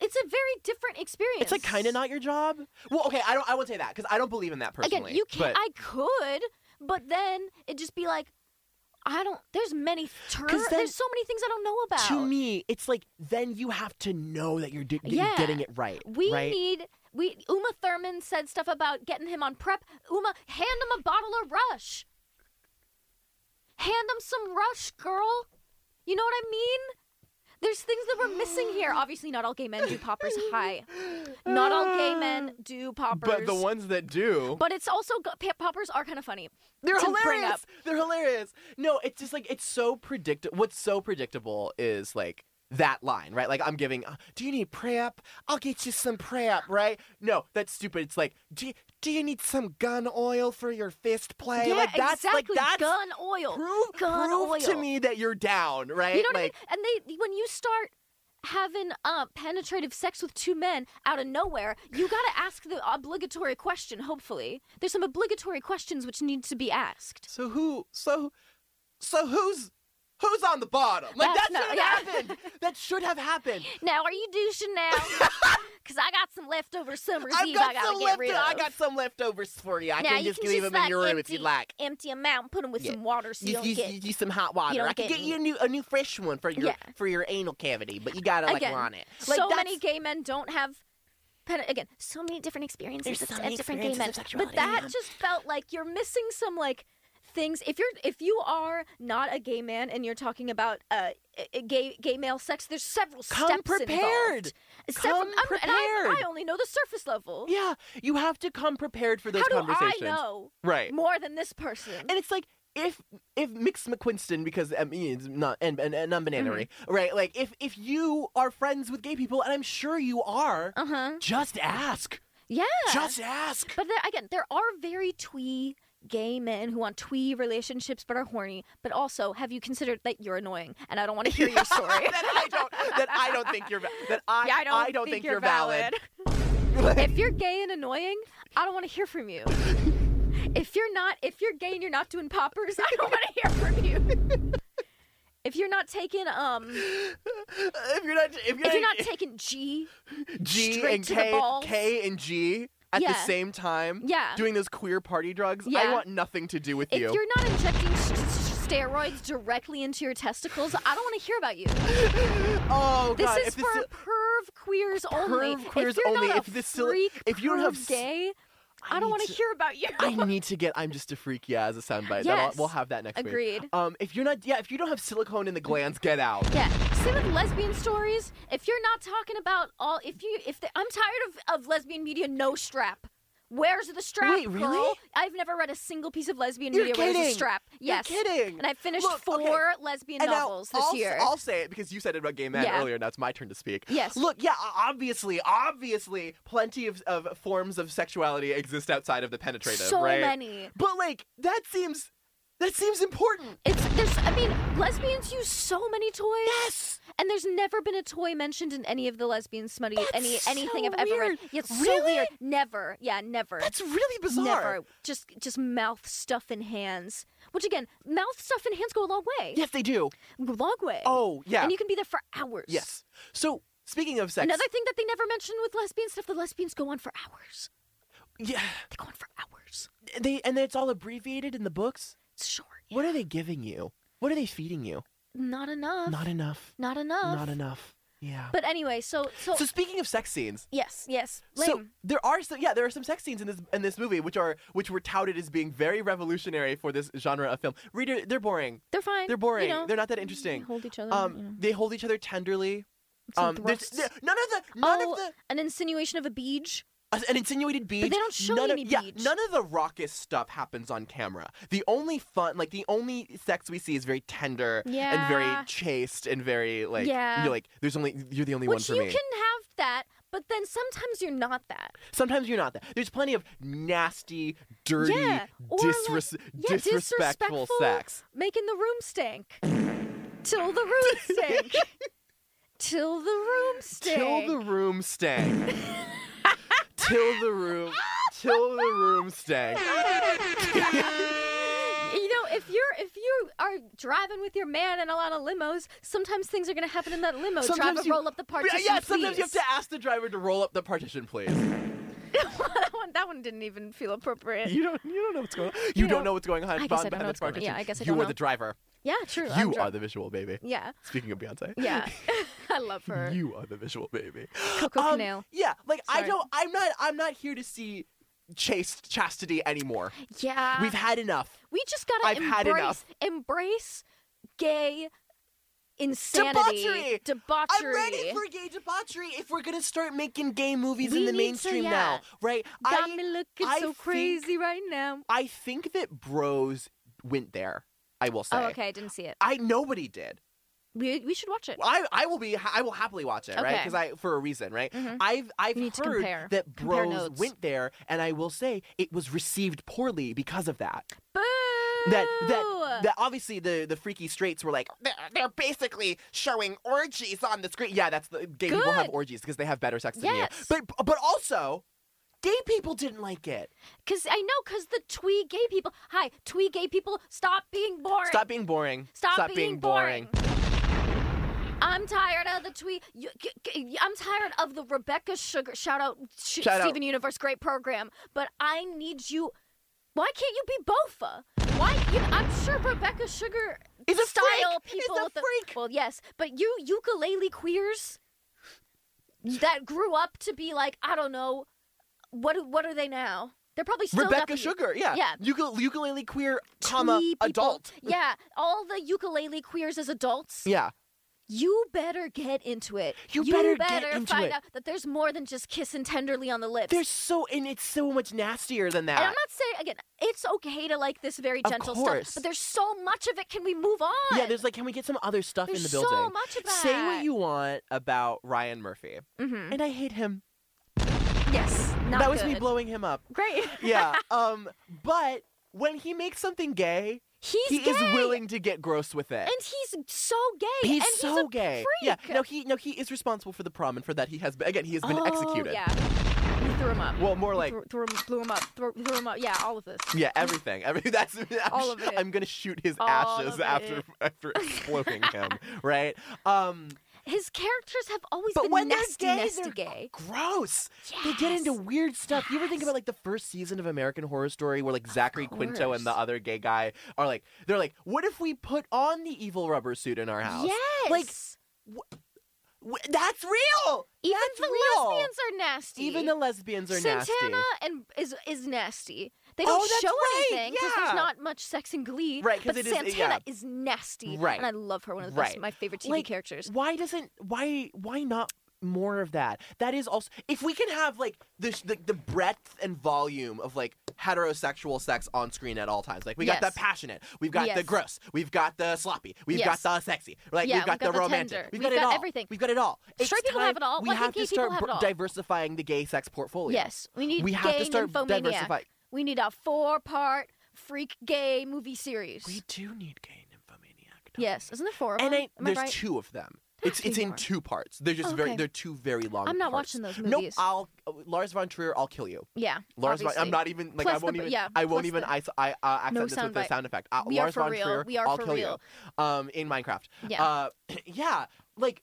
It's a very different experience.
it's like kind of not your job. Well, okay, I don't. I won't say that because I don't believe in that personally.
Again, you can't.
but-
I could, but then it'd just be like, I don't. There's many terms.
'Cause then-
There's so many things I don't know about.
to me, it's like then you have to know that you're, do- that
Yeah.
you're getting it right.
We
right?
need we Uma Thurman said stuff about getting him on prep. Uma, hand him a bottle of Rush. Hand him some Rush, girl. You know what I mean? There's things that we're missing here. Obviously, not all gay men do poppers high. Not all gay men do poppers.
but the ones that do,
But it's also go- pa- poppers are kind of funny.
They're
to
hilarious.
bring up.
They're hilarious. No, it's just like it's so predictable. What's so predictable is like that line, right? Like I'm giving. Uh, do you need prep? I'll get you some prep, right? No, that's stupid. It's like do you, do you need some gun oil for your fist play?
yeah,
like that's like
exactly.
that's
gun oil.
prove
gun
prove to
oil.
me that you're down, right?
You know what
like
I mean? And they when you start having uh, penetrative sex with two men out of nowhere, you got to ask the obligatory question. Hopefully, there's some obligatory questions which need to be asked.
so who so so who's who's on the bottom? Like
That's
that should have
not- yeah.
happened. That should have happened.
Now, are you douching now? Because I got some leftover summer's
I've
Eve
got
I gotta
some
get
left.
rid of.
I got some leftovovers for you. I
now,
can
you
just
can
leave
just
them in
like,
your room if
empty,
you'd like.
Empty them out and put them with
Yeah.
some water so you,
You,
don't
you,
get.
you- you some hot water.
don't
I could
get
get you a new a new fresh one for your
Yeah.
for your anal cavity, but you gotta like
Again,
want it. Like
so
that's-
many gay men don't have. pen- Again, so many different experiences
There's
of-
so
of
many
different
experiences
gay men.
of
but
sexuality,
that
yeah.
just felt like you're missing some like things. If you're if you are not a gay man and you're talking about uh, a- a gay gay male sex, there's several
Come
steps
prepared.
involved. Several-
Come
I'm- And I,
prepared.
I only know the surface level.
Yeah, you have to come prepared for those
How do I
conversations.
know
Right.
more than this person?
And it's like if if Mix McQuinston, because I mean it's not and, and, and non-binary,
Mm-hmm.
right? Like if if you are friends with gay people, and I'm sure you are,
Uh huh.
just ask.
Yeah.
Just ask.
But there, again, there are very twee gay men who want twee relationships but are horny. But also, have you considered that you're annoying? And I don't want to hear your story.
that I don't. That I don't think you're. va- That I.
Yeah, I don't,
think, you're valid.
if you're gay and annoying, I don't want to hear from you. If you're not, if you're gay and you're not doing poppers, I don't want to hear from you. If you're not taking um,
if you're not. If you're,
if you're not taking G,
G
straight
and
to the
K,
balls.
K and G at the
Yeah.
same time,
Yeah.
doing those queer party drugs, I
Yeah.
want nothing to do with
if
you.
you're not injecting s- s- steroids directly into your testicles, I don't want to hear about you.
oh
This
god!
is
if
for
it's,
perv queers only.
Perv queers
if you're
only.
Not
If
a
this still-
freak
if you don't have
perv
s-
gay, I,
need
don't want
to-
to hear about you.
I need to get I'm just a freak, yeah, as a soundbite. That'll
Yes.
We'll have that next week.
Agreed.
Um, if you're not, yeah, if you don't have silicone in the glands, get out.
yeah. Same with lesbian stories. If you're not talking about all, if you, if the, I'm tired of, of lesbian media, no strap. Where's the strap?
Wait, really?
girl? I've never read a single piece of lesbian
You're
media where there's
kidding.
a strap. Yes.
You're kidding.
And I finished
Look,
four
okay.
lesbian
And now
novels this
I'll,
year.
I'll say it because you said it about gay men
Yeah.
earlier. Now it's my turn to speak.
Yes.
Look, yeah, o- obviously, obviously, plenty of, of forms of sexuality exist outside of the penetrative,
so
right?
many.
But like, that seems that seems important.
It's there's. I mean, lesbians use so many toys.
Yes.
And there's never been a toy mentioned in any of the lesbian smutty
That's
any anything
so
I've ever read.
weird.
Yeah, it's so
Really?
weird. Never. Yeah, never.
That's really bizarre.
never. Just just mouth stuff in hands. Which again, mouth stuff in hands go a long way.
Yes, they do.
Long way.
Oh, yeah.
And you can be there for hours.
yes. So speaking of sex,
Another thing that they never mention with lesbian stuff, the lesbians go on for hours.
yeah,
They go on for hours.
they and it's all abbreviated in the books.
It's short.
What are they giving you? What are they feeding you?
Not enough.
Not enough.
Not enough.
Not enough. Yeah.
But anyway, so so,
so speaking of sex scenes,
yes, yes. Lame.
so there are some yeah there are some sex scenes in this in this movie which are which were touted as being very revolutionary for this genre of film. Reader, they're boring.
they're fine.
They're boring.
You know,
they're not that
they
interesting.
hold each other.
Um,
you know.
they hold each other tenderly.
Some
um, there's-
thrusts.
there- none of the none
oh,
of the
an insinuation of a beach.
Uh, an insinuated beach.
they don't show
none
you
of,
any
yeah,
beach.
None of the raucous stuff happens on camera. The only fun, like the only sex we see, is very tender and very
Yeah.
chaste and very like
Yeah.
you're like there's only you're the only one
Which
for
you
me.
can have that, but then sometimes you're not that.
Sometimes you're not that. There's plenty of nasty, dirty,
Yeah, or, like,
disres-
Yeah,
disrespectful sex.
Making the room stink. Till the room stink. Till the room stink.
Till the room stank. till the room. Till the room stank.
You know, if you're if you are driving with your man in a lot of limos, sometimes things are gonna happen in that limo.
Sometimes
Driver,
you-
roll up the partition.
yeah, sometimes you have
please.
to ask the driver to roll up the partition, please.
that one. That one didn't even feel appropriate.
You don't. You don't know what's going on. You, don't
know-
know what's going on
I guess
behind
I don't
behind
know
the
what's going on.
partition.
Yeah, I guess I
you
don't
are
know.
the driver.
yeah, true. I'm
You
dri-
are the visual baby.
Yeah,
Speaking of Beyonce.
yeah. I love her.
You are the visual baby.
Coco
Um,
Canale.
Yeah, like I
Sorry.
don't. I'm not. I'm not here to see chaste chastity anymore.
Yeah.
We've had enough.
we just gotta
I've
embrace
had enough.
embrace gay insanity.
Debauchery!
Debauchery.
I'm ready for gay debauchery. If we're gonna start making gay movies
We
in the
need to,
mainstream
yeah.
now, right?
Got
I
me looking
I
so
think-
crazy right now.
I think that Bros went there. I will say.
Oh, okay. I didn't see it.
I nobody did.
We, we should watch it.
I, I will be I will happily watch it, right?
Okay.
Because I for a reason, right?
Mhm.
I've I've
We need to
heard
compare.
that
Compare
Bros
notes.
went there, and I will say it was received poorly because of that.
Boo!
That that that obviously the the freaky straights were like they're, they're basically showing orgies on the screen. Yeah, that's the gay people have
Good.
orgies because they have better sex than you.
Yes.
But but also gay people didn't like it.
Cause I know, cause the twee gay people. Hi, twee gay people. Stop being boring.
Stop being boring.
Stop being I'm tired of the tweet. You, c- c- I'm tired of the Rebecca Sugar. Shout out sh-
Shout out.
Steven Universe, great program. But I need you. Why can't you be both? Why? You, I'm sure Rebecca Sugar
Is a
style
freak. Is
people.
a
with the-
freak.
well, yes, but you ukulele queers that grew up to be like I don't know what. do- What are they now? They're probably still
Rebecca
nothing-
Sugar, yeah.
Yeah.
Ukule- ukulele queer, comma,
twee people.
adult.
Yeah, all the ukulele queers as adults.
Yeah.
You better get into it.
You better get into
find
it.
out that there's more than just kissing tenderly on the lips.
There's so, and it's so much nastier than that.
and I'm not saying again, it's okay to like this very
Of
gentle
course.
stuff, but there's so much of it. Can we move on?
yeah, there's like, can we get some other stuff in
There's
the building?
so much of that.
Say what you want about Ryan Murphy,
hmm
and I hate him.
Yes, not
that was me
good.
blowing him up.
Great.
Yeah. um, but when he makes something gay,
He's
he
gay,
is willing to get gross with it.
and he's so gay.
He's
and he's
so
a
gay.
Freak.
Yeah. No, he no he is responsible for the prom, and for that he has been, again he has been
oh,
executed.
Yeah, we threw him up.
Well, more like
threw, threw him, blew him up. Threw, threw him up. Yeah, all of this.
yeah, everything. Every that's I'm,
All of it.
I'm gonna shoot his
All
ashes
of
after
it.
after exploding him. Right. Um.
His characters have always
But
been
when
nasty,
they're gay,
nasty
they're
gay.
gross. They get into
Yes.
weird stuff. You ever think about like the first season of American Horror Story where like Zachary Quinto and the
course.
other gay guy are like they're like, what if we put on the evil rubber suit in our house?
Yes.
Like, W- that's real.
Even
That's
the
real.
lesbians are nasty.
Even the lesbians are
Santana
nasty.
and is is nasty. They
Oh,
don't
that's
show
right,
anything
yeah.
there's not much sex in Glee.
Right, 'cause
but
it is-
Santana
yeah.
is nasty.
Right.
and I love her. One of the
Right.
best, my favorite TV
Like,
characters.
Why doesn't why why not more of that? That is also if we can have like the sh- the, the breadth and volume of like heterosexual sex on screen at all times. Like we got
Yes.
the passionate, we've got the
Yes.
gross, we've got the sloppy, we've got
Yes.
the sexy, like
Yeah,
we've got
we've got the
romantic,
tender.
we've,
We've
got, it
got
all.
everything.
We've got it all.
Straight
It's
people have
time
it all.
We
Why can't
have to
gay people
start
have
br-
it all?
diversifying the gay sex portfolio.
Yes, we need
we
gay
have to start
nymphomaniac.
diversifying.
We need a four-part freak gay movie series.
We do need gay nymphomaniac. don't
yes, isn't there four of
and
them?
I,
Am
there's
I right?
two of them.
There
It's
are
it's
two
in
more.
two parts. They're just
Oh,
very
okay.
they're two very long.
I'm not
parts.
watching those
No,
movies.
I'll uh, Lars von Trier. I'll kill you.
yeah,
Lars, von, I'm
obviously.
not even like I
Plus the
won't
b-
even
yeah,
I won't
plus
even
the-
ice, I uh, accent
No
this with a
soundbite.
sound effect. Uh,
We are
Lars
for
von
real.
Trier.
We are
I'll
for
kill
real.
you. Um, in Minecraft.
Yeah.
Uh, yeah. Like,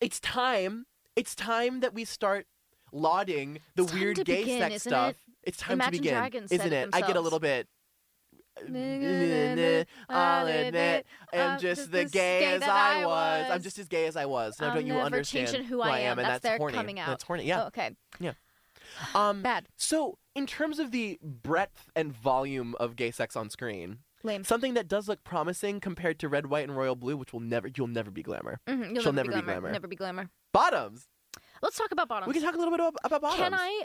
it's time. It's time that we start lauding the
It's time
weird
to
gay
begin,
sex
isn't
stuff.
it?
It's time to
Imagine
begin,
Dragons said
isn't
it
it? I get a
themselves.
little bit. uh,
Nigga,
I'll
I'll
admit
admit
I'm
I'm
just
just
the
as
gay
Uh, gay
as
that
I
I
was. I'm
was.
just as gay as I was. Now
I'm
don't you
never
understand
changing who I am.
And
That's
that's,
their
horny.
coming
That's
out.
horny. Yeah.
Oh, okay,
Um.
bad,
So in terms of the breadth and volume of gay sex on screen,
lame.
something that does look promising compared to Red, White, and Royal Blue, which will never, you'll never be glamour.
Mhm, You'll
She'll never
never,
be
be glamour.
glamour.
Never be glamour.
Bottoms.
Let's talk about bottoms.
We can talk a little bit about, about bottoms.
Can I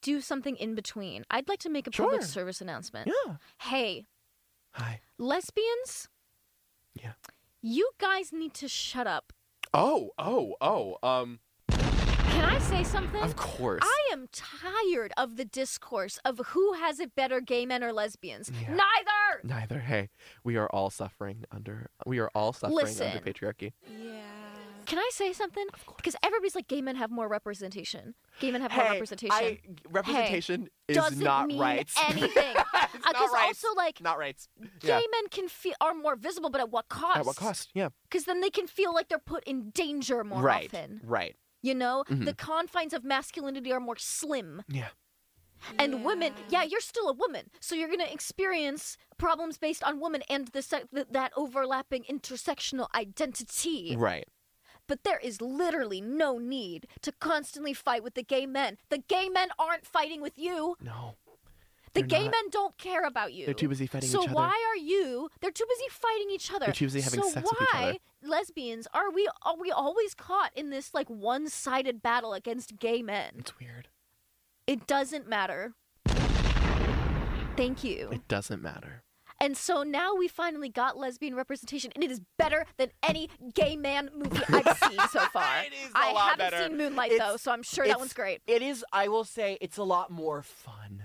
do something in between? I'd like to make a public
Sure.
service announcement.
Yeah.
Hey,
Hi.
lesbians.
Yeah.
You guys need to shut up.
Oh. Oh. Oh. Um.
Can I say something?
Of course.
Um, I am tired of the discourse of who has it better, gay men or lesbians.
Yeah.
Neither.
Neither. Hey, we are all suffering under. We are all suffering under
Listen.
patriarchy.
Can I say something? Because everybody's like, gay men have more representation. Gay men have more representation.
I, representation is
Doesn't
not
mean
rights.
anything.
it's not
Because
rights.
also, like,
not rights.
gay
yeah.
men can feel are more visible, but at what cost?
At what cost? Yeah.
Because then they can feel like they're put in danger more
right.
often.
Right.
You know,
Mhm.
the confines of masculinity are more slim.
Yeah.
And women, yeah, you're still a woman, so you're gonna experience problems based on woman and the se- th- that overlapping intersectional identity.
Right.
But there is literally no need to constantly fight with the gay men. The gay men aren't fighting with you.
No.
The
They're
gay
not.
men don't care about you.
They're too busy fighting
so
each other.
why are you? They're too busy fighting each other.
They're too busy having
so
sex
why,
with each other.
lesbians, are we are we always caught in this like one-sided battle against gay men?
It's weird.
It doesn't matter. Thank you.
It doesn't matter.
And so now we finally got lesbian representation, and it is better than any gay man movie I've seen so far.
It is a
I
lot
haven't
better.
seen Moonlight
It's-
though, so I'm sure that
it's-
one's great.
It is. I will say it's a lot more fun.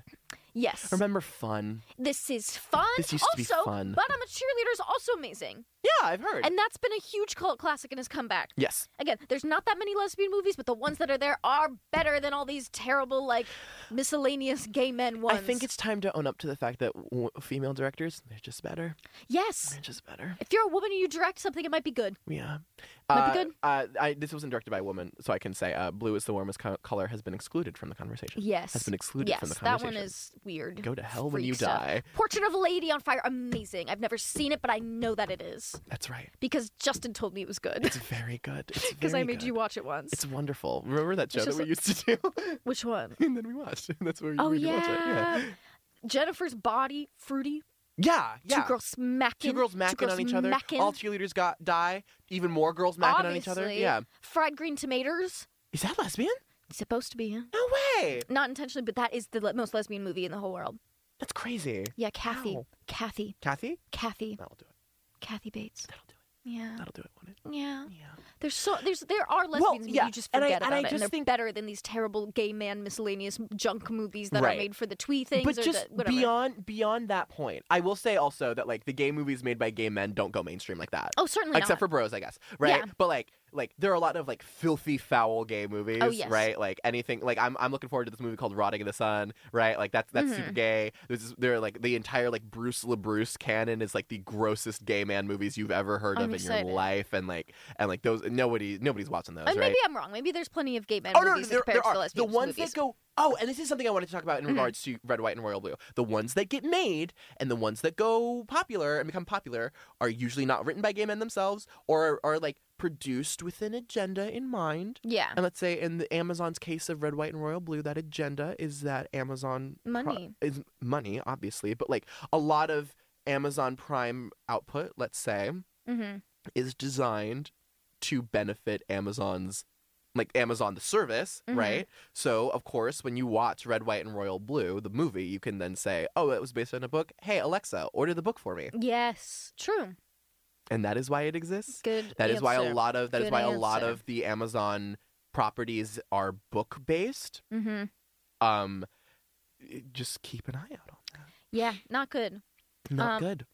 Yes,
Remember fun.
this is fun.
This used to be
also,
fun.
but I'm a cheerleader is also amazing.
Yeah, I've heard.
And that's been a huge cult classic and has come back.
yes.
Again, there's not that many lesbian movies, but the ones that are there are better than all these terrible, like, miscellaneous gay men ones.
I think it's time to own up to the fact that w- female directors, they're just better.
Yes.
They're just better.
If you're a woman and you direct something, it might be good.
Yeah.
Might
uh,
be good.
Uh, I, this wasn't directed by a woman, so I can say uh, blue is the warmest co- color has been excluded from the conversation.
Yes.
Has been excluded
yes,
from the
that
conversation.
one is weird.
Go to hell when
Freak
you
stuff.
die.
Portrait of a Lady on Fire, amazing. I've never seen it, but I know that it is
That's right.
because Justin told me it was good.
It's very good.
Because I made you watch it once.
It's wonderful. Remember that show that
just
we used to do?
Which one?
and then we watched. That's where you
Oh
where you
yeah.
watch it. Yeah.
Jennifer's body, fruity.
Yeah. yeah.
Two girls smacking.
Two girls macking
two girls
on each other.
Macking.
All cheerleaders got die. Even more girls macking on each other.
Obviously.
Yeah.
Fried green tomatoes.
Is that lesbian?
It's supposed to be.
No way.
Not intentionally, but that is the le- most lesbian movie in the whole world.
That's crazy.
Yeah, Kathy.
Wow.
Kathy.
Kathy?
Kathy.
That'll do it.
Kathy Bates.
That'll do it.
Yeah.
That'll do it. Won't it?
Yeah.
Yeah.
There's so there's there are
Uh,
lesbian
Well,
movies
yeah,
you just
and I-
forget
and
about
I
it,
just
and they're
think-
better than these terrible gay man miscellaneous junk movies that
Right.
are made for the twee things
But
or
just
the, whatever.
beyond beyond that point, I will say also that like the gay movies made by gay men don't go mainstream like that.
oh, certainly
Except
not.
for bros, I guess. Right?
Yeah.
But like like there are a lot of like filthy foul gay movies,
Oh, yes.
right? Like anything like I'm I'm looking forward to this movie called Rotting in the Sun, right? Like that's that's
Mm-hmm.
super gay. There's this, there are like the entire like Bruce LaBruce canon is like the grossest gay man movies you've ever heard
I'm
of in
excited.
your life and like and like those nobody nobody's watching those,
and
right?
Uh, maybe I'm wrong. Maybe there's plenty of gay men
Oh no, no,
movies
there,
compared
there
to the
are the
lesbian
ones
movies. Mm-hmm.
that go. Oh, and this is something I wanted to talk about in regards to red, white, and royal blue. The ones that get made and the ones that go popular and become popular are usually not written by gay men themselves, or are, like produced with an agenda in mind.
yeah,
And let's say in the Amazon's case of red, white, and royal blue, that agenda is that Amazon pro-
Money.
is money, obviously, but like a lot of Amazon Prime output, let's say,
mm-hmm.
is designed to benefit Amazon's like Amazon the service,
Mhm.
right? So of course when you watch Red, White, and Royal Blue, the movie, you can then say, Oh, it was based on a book. Hey Alexa, order the book for me.
yes, true.
And that is why it exists.
Good.
That is why a
answer.
lot of that is
Good
why a lot
answer.
of the Amazon properties are book based.
Mm-hmm.
Um just keep an eye out on that.
Yeah, not good.
Not
Um,
good.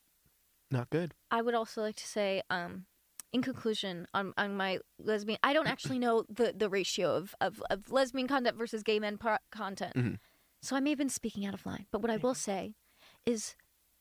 Not good.
I would also like to say, um, in conclusion, on, on my lesbian, I don't actually know the, the ratio of, of, of lesbian content versus gay men pro- content.
Mhm.
So I may have been speaking out of line, but what I will say is,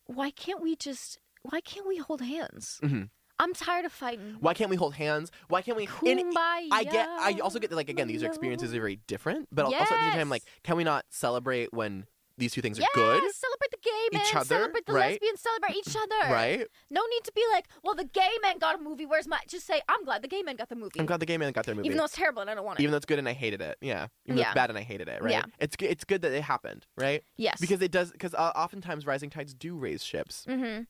why can't we just, why can't we hold hands?
Mhm.
I'm tired of fighting.
Why can't we hold hands? Why can't we and-
Kumbaya.
I get. I also get that. Like again, these
no.
experiences are very different, but also at the same time,
Yes.
like, can we not celebrate when these two things are
Yes,
good,
celebrate the gay men,
Each other,
celebrate the
right? Mm-hmm.
lesbians, celebrate each other.
right?
No need to be like, well, the gay men got a movie. Where's my? Just say, I'm glad the gay men got the movie.
I'm glad the gay man got their movie,
Even though it's terrible and I don't want it.
Even though it's good and I hated it. Yeah, even though
Yeah.
it's bad and I hated it. Right?
Yeah.
It's g- it's good that it happened, right?
yes.
Because it does. Because uh, oftentimes rising tides do raise ships,
Mm-hmm.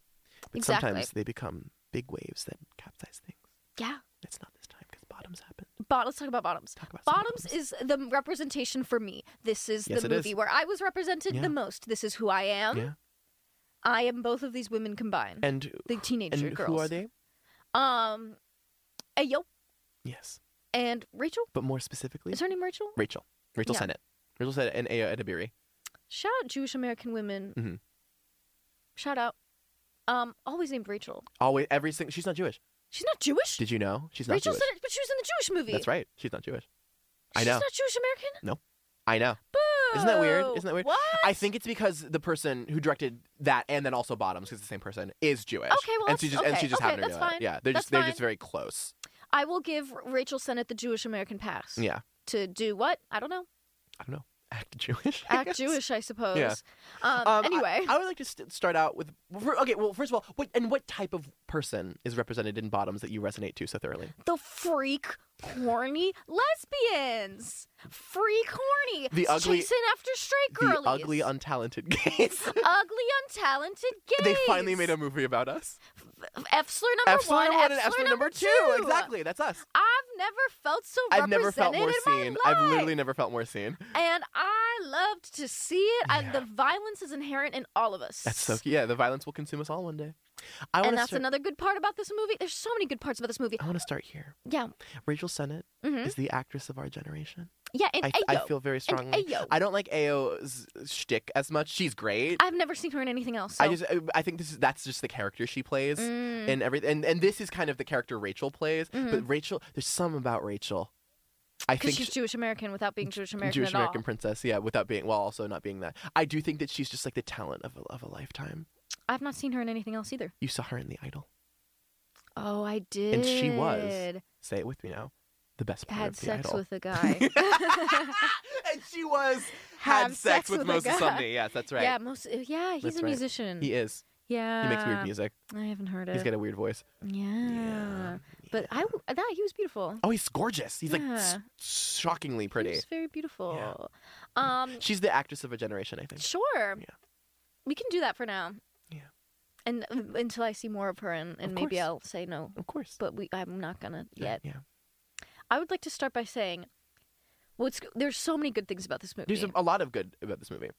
but
exactly.
sometimes they become big waves that capsize things.
Yeah.
It's not this time because bottoms happened.
Bo- let's talk about bottoms.
Talk about some
Bottoms is the m- representation for me. This is
Yes,
the
it is.
movie where I was represented
Yeah.
the most. This is who I am.
Yeah.
I am both of these women combined.
And
the teenager
and
girls.
who are they?
Um, Ayo
Yes,
and Rachel.
but more specifically,
Is her name Rachel?
Rachel. Rachel
Yeah.
Sennett. Rachel Sennett and Aya Edabiri.
Shout out Jewish American women.
Mhm.
Shout out. Um, always named Rachel.
Always, every single. She's not Jewish.
She's not Jewish.
Did you know she's not
Rachel
Jewish?
said it, but she was in the Jewish movie.
That's right. She's not Jewish. I
She's
know.
not Jewish American.
I know.
Boo!
Isn't that weird? Isn't that weird?
What?
I think it's because the person who directed that and then also Bottoms, because the same person, is Jewish.
Okay, well,
and she
that's-
just and she
okay,
just
okay,
happened to
that's
do
fine.
it. Yeah, they're
That's
just they're
fine.
just very close.
I will give Rachel Sennett the Jewish American pass.
Yeah,
To do what? I don't know.
I don't know. Act Jewish. I
Act
guess.
Jewish, I suppose.
Yeah.
Um,
Um, I-
anyway,
I, would like to st- start out with for- okay. Well, first of all, what and what type of person is represented in Bottoms that you resonate to so thoroughly?
the freak, horny lesbians. Freak, horny.
The ugly-
Chasing after straight girlies.
The ugly, untalented gays.
ugly, untalented gays.
they finally made a movie about us.
F-slur number
Epsilon
one,
one
F-slur
and Epsilon number two. Exactly, that's us.
I've never felt so
I've never felt
represented
more
in my
seen. I've
life.
literally never felt more seen.
And I loved to see it. I,
Yeah.
the violence is inherent in all of us.
That's so cute. Yeah, the violence will consume us all one day. I Uh-huh. want
And
to
that's
start.
another good part about this movie. There's so many good parts about this movie.
I want to start here.
Yeah.
Rachel Sennett
Mhm.
is the actress of our generation.
Yeah, and
I,
Ayo.
I feel very strongly.
Ayo.
I don't like Ao's shtick as much. She's great.
I've never seen her in anything else.
I
so-
just I- I think this is that's just the character she plays
Mm.
and everything and, and this is kind of the character Rachel plays
Mhm.
but Rachel there's some about Rachel I
Because
think
she's
she-
Jewish American without being Jewish American
Jewish
at
American
all.
princess yeah without being well also not being that I do think that she's just like the talent of a, of a lifetime
I've not seen her in anything else either.
you saw her in The Idol
Oh, I did.
she was say it with me now the best part
had
of The
sex
Idol
with a guy.
and she was had
Have
sex, with,
a
Moses
guy.
Sumney yes that's right
Yeah, most. Yeah, he's
That's
a
right.
musician.
he is
yeah,
he makes
Uh,
weird music
I haven't heard it.
he's got a weird voice
yeah. Uh, but I w- that he was beautiful.
oh he's gorgeous he's like s-
Yeah.
shockingly pretty
He was very beautiful. Um,
She's the actress of a generation, I think.
sure.
Yeah.
We can do that for now.
Yeah.
And uh, until I see more of her, and, and maybe
course.
I'll say no.
Of course.
But we, I'm not gonna
Yeah,
yet.
Yeah.
I would like to start by saying, well, it's, there's so many good things about this movie.
There's a, a lot of good about this movie.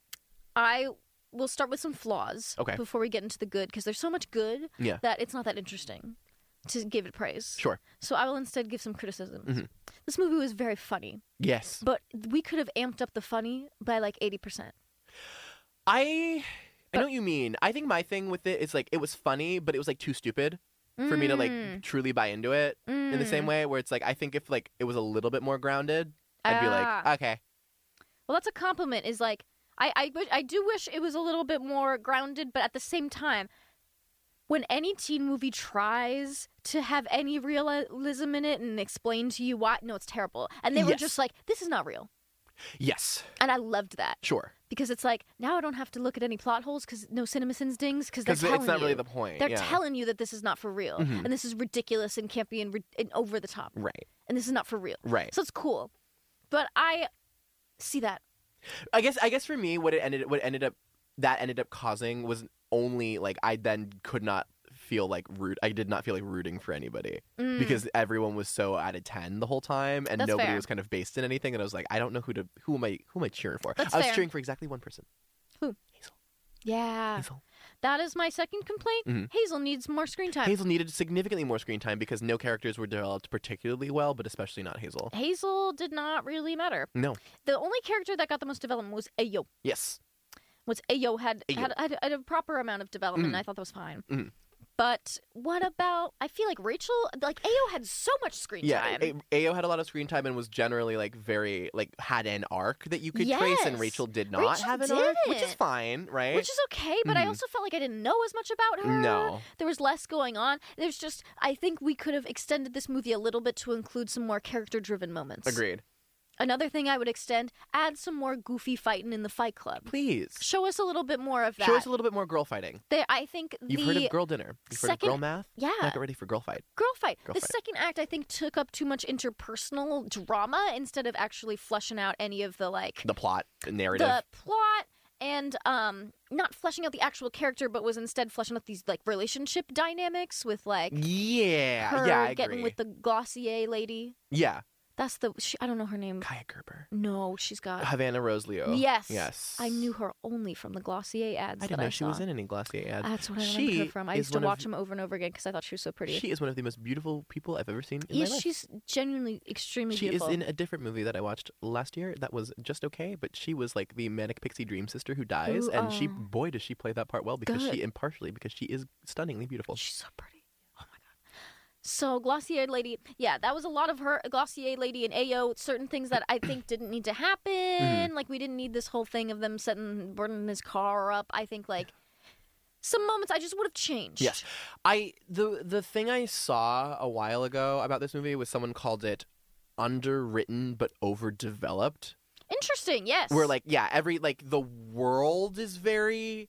I will start with some flaws
Okay.
before we get into the good because there's so much good
Yeah.
that it's not that interesting to give it praise.
Sure.
So I will instead give some criticisms.
Mhm.
This movie was very funny,
Yes.
but we could have amped up the funny by like 80%.
I I know what you mean. I think my thing with it is like it was funny, but it was like too stupid for me to
Mm.
like truly buy into it in the
Hmm.
same way where it's like I think if like it was a little bit more grounded, I'd be
Ah.
like, okay.
Well, that's a compliment. Is like I I wish- I do wish it was a little bit more grounded, but at the same time, when any teen movie tries to have any realism in it and explain to you why, no, it's terrible. And they were
Yes.
just like, this is not real,
Yes.
and I loved that
Sure.
because it's like now I don't have to look at any plot holes because no CinemaSins dings because they're
Cuz
telling
it's not
you.
really the point.
they're
yeah.
telling you that this is not for real,
Mhm.
and this is ridiculous and can't be in, re- and over the top,
Right.
and this is not for real.
Right.
So it's cool, but I see that
I guess I guess for me what it ended what ended up that ended up causing was only like I then could not feel like root I did not feel like rooting for anybody
Mm.
because everyone was so out of 10 the whole time and
That's
nobody
fair.
was kind of based in anything and I was like I don't know who to who am I who am I cheering for
That's
I was
fair.
cheering for exactly one person
Yeah.
Hazel
That is my second complaint.
Mhm.
Hazel needs more screen time. Hazel,
Hazel needed significantly more screen time because no characters were developed particularly well but especially not Hazel
did not really matter.
no
The only character that got the most development was Ayo.
yes
Was Ayo had
Ayo.
Had, had, had a proper amount of development. and
Mm.
I thought that was fine.
Mm.
But what about? I feel like Rachel, like Ayo, had so much screen
yeah
time.
A- Ao had a lot of screen time and was generally like very like had an arc that you could trace and
Yes.
Rachel did not
Rachel
have an arc which is
didn't.
fine right
which is okay, but I
Mhm.
also felt like I didn't know as much about her.
no
There was less going on. There's just, I think we could have extended this movie a little bit to include some more character driven moments.
Agreed.
Another thing I would extend add some more goofy fighting in the fight club.
Please
Show us a little bit more of that.
show us a little bit more girl fighting.
They- I think
You've
the
heard of girl dinner. You've heard of girl
second-
math.
yeah
Now get ready for girl fight.
girl fight.
Girl
the
fight.
second act I think took up too much interpersonal drama instead of actually fleshing out any of the like
The plot, the narrative.
the plot and um not fleshing out the actual character but was instead fleshing out these like relationship dynamics with like
yeah,
her
yeah, I
getting
agree.
with the Glossier lady.
yeah,
That's the she, I don't know her name.
Kaya Gerber,
No, she's got
Havana Rose Leo.
Uh, Yes.
yes.
I knew her only from the Glossier ads
I didn't
that
know
I
she
saw.
was in any Glossier ads.
That's what I remember
She
her from. I
is
used to
one of-
watch them over and over again because I thought she was so pretty.
She is one of the most beautiful people I've ever seen in
yes,
my life.
she's genuinely extremely
she is
beautiful.
in a different movie that I watched last year that was just okay, but she was like the manic pixie dream sister who dies,
Ooh,
and she,
oh.
boy, does she play that part well because
Good.
she impartially because she is stunningly beautiful.
She's so pretty. Oh my god. So Glossier lady, yeah, that was a lot of her Glossier lady and Ayo. Certain things that I think didn't need to happen.
Mm-hmm.
Like we didn't need this whole thing of them setting burning his car up. I think like some moments I just would have changed.
Yes. I the the thing I saw a while ago about this movie was someone called it underwritten but overdeveloped.
Interesting. Yes.
Where like yeah, every like the world is very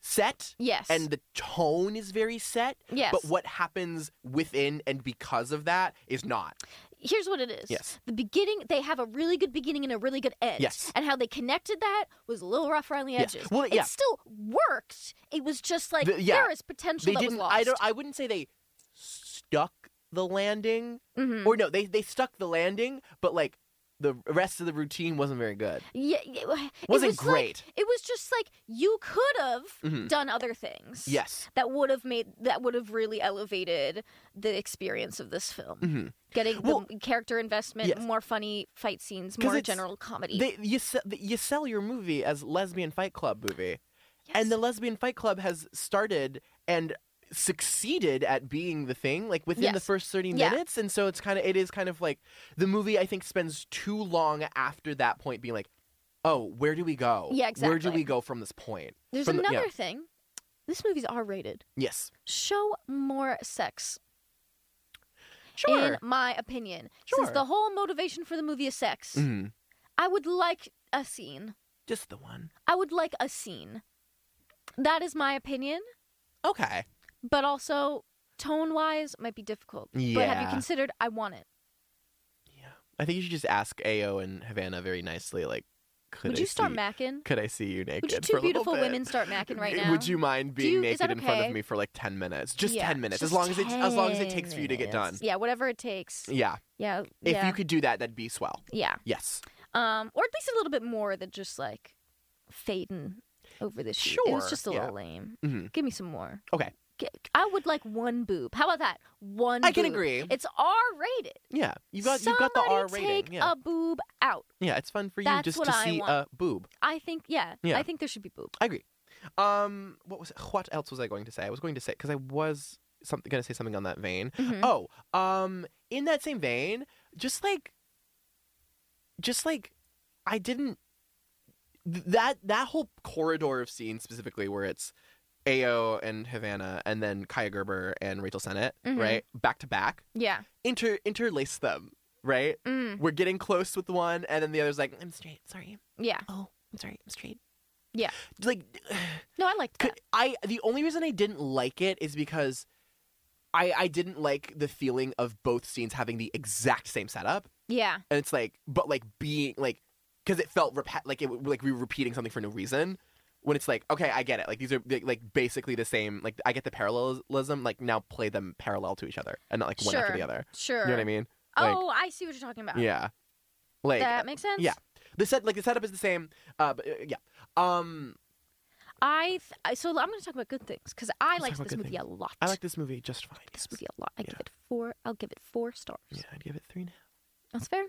set
yes
and the tone is very set,
yes.
but what happens within and because of that is not.
Here's what it is.
Yes.
The beginning, they have a really good beginning and a really good end.
Yes.
And how they connected that was a little rough around the
Yeah.
edges.
Well, yeah.
It still worked. It was just like
The- yeah.
there is potential
They
that
didn't
was lost.
I don't I wouldn't say they stuck the landing
Mhm. Mm-hmm. Mm.
or no, they they stuck the landing, but like the rest of the routine wasn't very good.
Yeah, yeah, it
Wasn't
was like-
great.
it was just like you could have
Mhm.
done other things.
Yes.
That would have made that would have really elevated the experience of this film.
Mhm.
Getting
Well-
the character investment,
Yes.
more funny fight scenes,
'Cause
more
it's-
general comedy.
They, you, se- you sell your movie as lesbian fight club movie, and the lesbian fight club has started and succeeded at being the thing like within the
Yes.
first 30
Yeah.
minutes and so it's kind of it is kind of like the movie i think spends too long after that point being like oh where do we go
Yeah,
where do
exactly.
we go from this point
There's
from the- yeah.
another thing. This movie's R rated.
yes
Show more sex,
sure
in my opinion. Since
Sure.
the whole motivation for the movie is sex,
Mhm.
I would like a scene.
just the one
I would like a scene. That is my opinion.
okay
but also tone wise might be difficult. But have you
Yeah.
considered I want it?
i think you should just ask ao and havana very nicely like could
Would
I
you start
see-
macking?
could i see you naked
Would you
for
two
a little
beautiful
bit?
women start macking right now?
Would you mind
Do
being
you- is that
naked in front
okay?
of me for like ten minutes? Just
Yeah,
ten minutes, as
just
long as it as long as it
10
takes for you to get done.
minutes. Yeah, whatever it takes.
Yeah,
Yeah,
if
yeah,
you could do that, that'd be swell.
yeah.
Yes,
Um, or at least a little bit more than just like fading over the shoot. It was
Sure,
just a
yeah.
little lame.
Mhm.
Give me some more.
Okay.
G- I would like one boob. How about that? One.
I can
boob.
agree.
It's R rated.
yeah, you got you got the R rating.
Take
Yeah,
a boob out.
yeah, it's fun for you
that's
just
what
to
I
see
want.
a boob.
I think. Yeah.
Yeah.
I think there should be boob.
I agree. Um, what was what else was I going to say? I was going to say because I was something going to say something on that vein.
Mhm.
Oh, um, in that same vein, just like, just like, I didn't th- that that whole corridor of scenes specifically where it's Ao and Havana and then Kaya Gerber and Rachel Sennett,
Mhm.
right, back to back,
Yeah.
inter interlace them, right.
Mm.
We're getting close with one, and then the other's like, "I'm straight. Sorry.
Yeah.
Oh, I'm sorry. I'm straight."
Yeah.
Like.
No, I liked
Could,
that.
I the only reason I didn't like it is because I I didn't like the feeling of both scenes having the exact same setup,
Yeah.
and it's like but like being like because it felt repet like it like we were repeating something for no reason. When it's like, okay, I get it. Like these are like- like basically the same. Like I get the parallelism. Like now play them parallel to each other and not like one after
Sure.
the other.
Sure.
You know what I mean? Like,
Oh, I see what you're talking about.
yeah. Like uh,
that makes sense.
yeah. the set like the setup is the same. Uh, but, uh, yeah. Um,
I th- I- so I'm going to talk about good things because I
Let's
liked
talk about
this
good
movie a lot.
I like this movie just fine.
this
yes.
movie a lot. I
Yeah.
give it four. I'll give it four stars.
Yeah, I'd give it three and a half.
That's fair.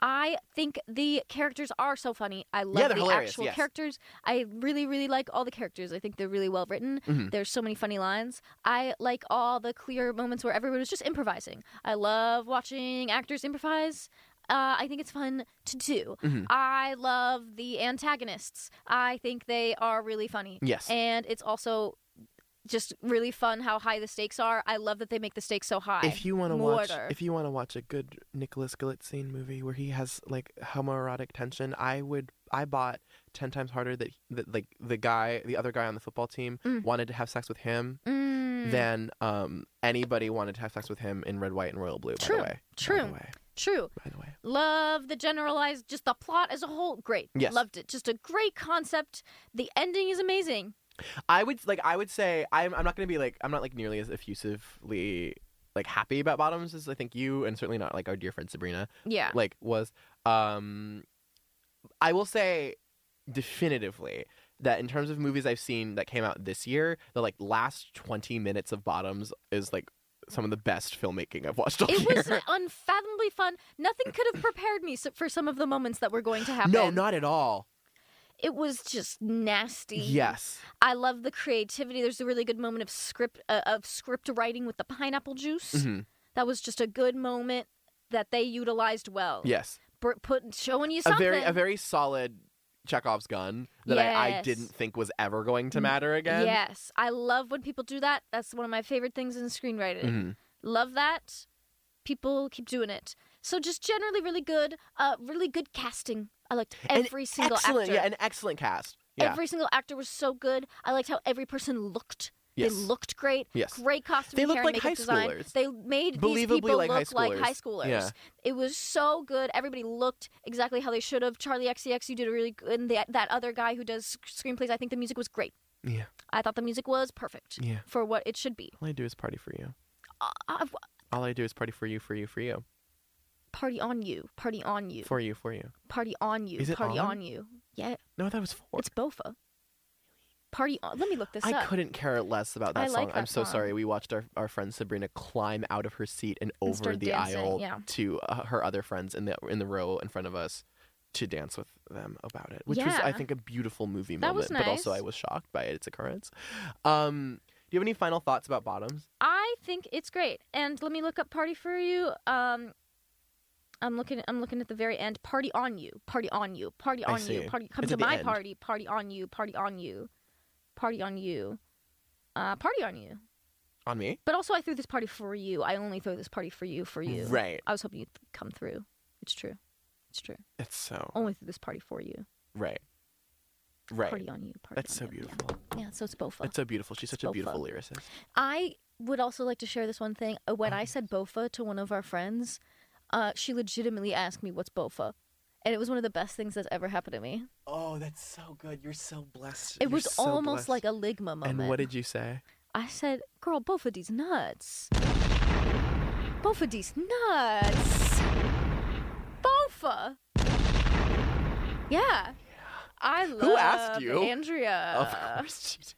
I think the characters are so funny. I love
they're
the
hilarious,
actual
yes.
characters. I really, really like all the characters. I think they're really well written.
Mhm.
There's so many funny lines. I like all the clear moments where everyone was just improvising. I love watching actors improvise. Uh, I think it's fun to do.
Mhm.
I love the antagonists. I think they are really funny.
Yes.
And it's also just really fun how high the stakes are. I love that they make the stakes so high.
if you want to watch,
Mortar.
if you want to watch a good Nicholas Galitzine movie where he has like homoerotic tension, I would. I bought ten times harder that, that like the guy, the other guy on the football team,
Mm.
wanted to have sex with him
Mm.
than um anybody wanted to have sex with him in Red, White, and Royal Blue. By
True.
the way, By
True.
the way.
True.
By the way.
Love the generalized, just the plot as a whole. Great.
Yes.
Loved it. Just a great concept. The ending is amazing.
I would like. I would say I'm. I'm not gonna be like. I'm not like nearly as effusively like happy about Bottoms as I think you, and certainly not like our dear friend Sabrina.
Yeah.
like was um i will say definitively that in terms of movies i've seen that came out this year the like last 20 minutes of bottoms is like some of the best filmmaking i've watched all
It
year
was unfathomably fun. Nothing could have prepared me so- for some of the moments that were going to happen.
no not at all
It was just nasty.
yes
I love the creativity. There's a really good moment of script uh, of script writing with the pineapple juice.
Mhm.
That was just a good moment that they utilized well.
yes
Br- put showing you
a
something.
very a very solid chekhov's gun that I, I
Yes. Mm,
didn't think was ever going to matter again
Yes, I love when people do that. That's one of my favorite things in screenwriting.
Mhm.
Love that. People keep doing it. So just generally really good, uh, really good casting. I liked
And
every single
excellent
actor.
yeah an excellent cast yeah
Every single actor was so good. I liked how every person looked.
yes
They looked great.
Yes.
Great costume.
They looked
care and
like
makeup
high
design.
schoolers.
They made
Believably
these people
like high
look like high
schoolers.
schoolers.
Yeah.
It was so good. Everybody looked exactly how they should have. Charlie XCX, you did a really good. And the, that other guy who does sc- screenplays, I think the music was great.
yeah
I thought the music was perfect
yeah
for what it should be.
all i do is party for you
Uh, uh,
all i do is party for you for you for you
Party on you. Party on you.
For you, for you.
Party on you.
Is it
party
on?
you. Yeah,
No, that was four.
it's Bofa. Party on. Let me look this
I
up.
couldn't care less about that
I
song.
like
I'm
that
so
song.
sorry. We watched our, our friend Sabrina climb out of her seat and over
start
the
dancing,
aisle
yeah.
to uh, her other friends in the in the row in front of us to dance with them about it, which was I
Yeah.
think a beautiful movie
That
moment,
was
but also I
nice.
was shocked by its occurrence. Um, do you have any final thoughts about Bottoms?
I think it's great. And let me look up "Party for You." Um, I'm looking. I'm looking at the very end. "Party on You." "Party on You." "Party
I
on You."
see.
"Party Come
It's
to
at the
my
end.
party." "Party on You." "Party on You." "Party on You." Uh, "Party on You."
On me?
But also, I threw this party for you. I only throw this party for you. For you.
Right.
I was hoping you'd come through. It's true. It's true.
That's so
Only through this party for you.
right. Right.
Party on you. Party
That's
on
so
you. Yeah.
beautiful.
Yeah. So it's bofa.
That's so beautiful. She's such a
Bofa.
beautiful lyricist.
I would also like to share this one thing. Uh,
Uh-huh.
When I said bofa to one of our friends, uh, she legitimately asked me, "What's bofa?" And it was one of the best things that's ever happened to me.
Oh, that's so good. You're so blessed.
It was almost like a ligma moment.
And what did you say?
I said, "Girl, bofa these nuts. Bofa these nuts. Bofa." Yeah. I love
Who asked you?
Andrea.
of course she did.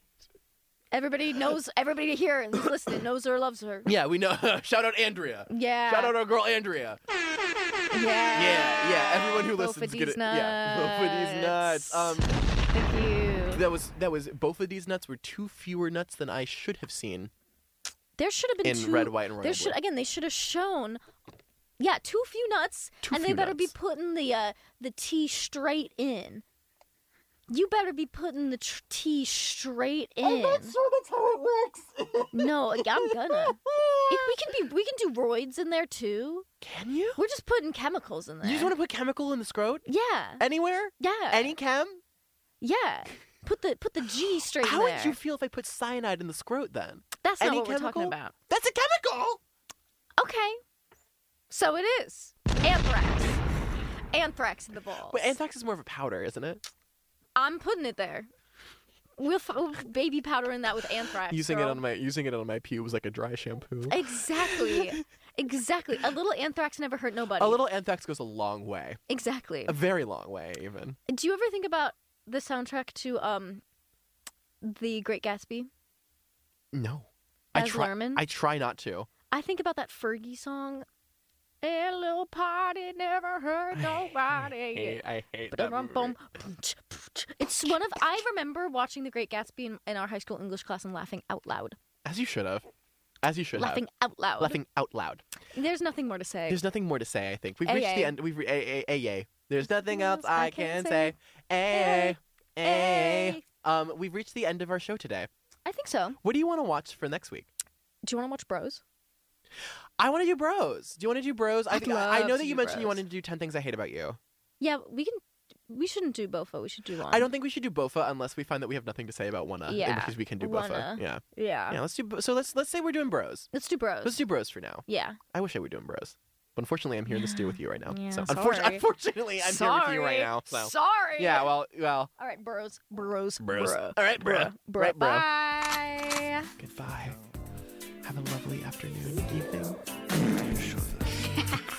Everybody knows. Everybody here and who's listening knows her, loves her.
Yeah, we know. Shout out Andrea.
Yeah.
Shout out our girl Andrea.
Yeah.
Yeah, yeah. Everyone who
Both
listens,
of
get
these
it. Yeah, both of these nuts. Um,
Thank you.
that was that was both of these nuts were two fewer nuts than I should have seen
There should have been
in
two.
red, white, and royal
there should again. They should have shown. Yeah, too few nuts,
Too
and they
few
better be
nuts.
putting the uh, the tea straight in. You better be putting the tr- tea straight in.
sure that's how it works.
No, I'm gonna. If we can be, we can do roids in there too.
Can you?
We're just putting chemicals in there.
You just want to put chemical in the scrot
yeah,
anywhere,
yeah,
any chem?
yeah. Put the put the G straight
How
in there.
would you feel if I put cyanide in the scrot then?
That's not
any
what we're
chemical?
talking about.
That's a chemical.
Okay. So it is. Anthrax. Anthrax in the balls.
But anthrax is more of a powder, isn't it?
I'm putting it there. We'll, f- we'll baby powder in that with anthrax.
using
girl.
it on my using it on my pubes like a dry shampoo.
Exactly. exactly. A little anthrax never hurt nobody.
A little anthrax goes a long way,
Exactly.
a very long way even.
Do you ever think about the soundtrack to um, The Great Gatsby?
No. I
Baz
try,
Luhrmann?
I try not to.
I think about that Fergie song. A little party never hurt nobody.
I hate
Ba-dum-bum, punch, punch. It's one of I remember watching The Great Gatsby in, in our high school English class and laughing out loud,
As you should have. As you should
laughing out loud.
have. Laughing out loud.
There's nothing more to say.
There's nothing more to say, I think. We've reached the
AA.
end. We've re- a, a, a, a. There's nothing else I can say. A,
Eh,
a,
AA.
Um, we've reached the end of our show today.
I think so.
What do you want to watch for next week?
Do you want to watch Bros?
I want to do Bros. Do you want to do Bros? I
I'd
think I I
love
know
to
that
do
you mentioned you
Bros.
wanted to do 10 things I hate about you.
Yeah, we can. We shouldn't do Bofa. We should do one.
I don't think we should do Bofa unless we find that we have nothing to say about Wana. and
Um, Yeah.
Because we can do Bofa.
Wanna. Um,
Yeah.
Yeah.
Yeah, let's do so let's let's say we're doing Bros.
Let's do Bros.
Let's do Bros for now.
yeah.
I wish I were doing bros. But unfortunately, I'm here in the stew with you right now.
Yeah,
so unfor-
sorry.
unfortunately, I'm
Sorry.
here with you right now. So
Sorry.
yeah, well, well,
All right, Bros. Bros.
bros.
Bruh.
All right, bro.
Bruh.
Right, bro.
Bye.
Goodbye. Have a lovely afternoon, evening. Sure.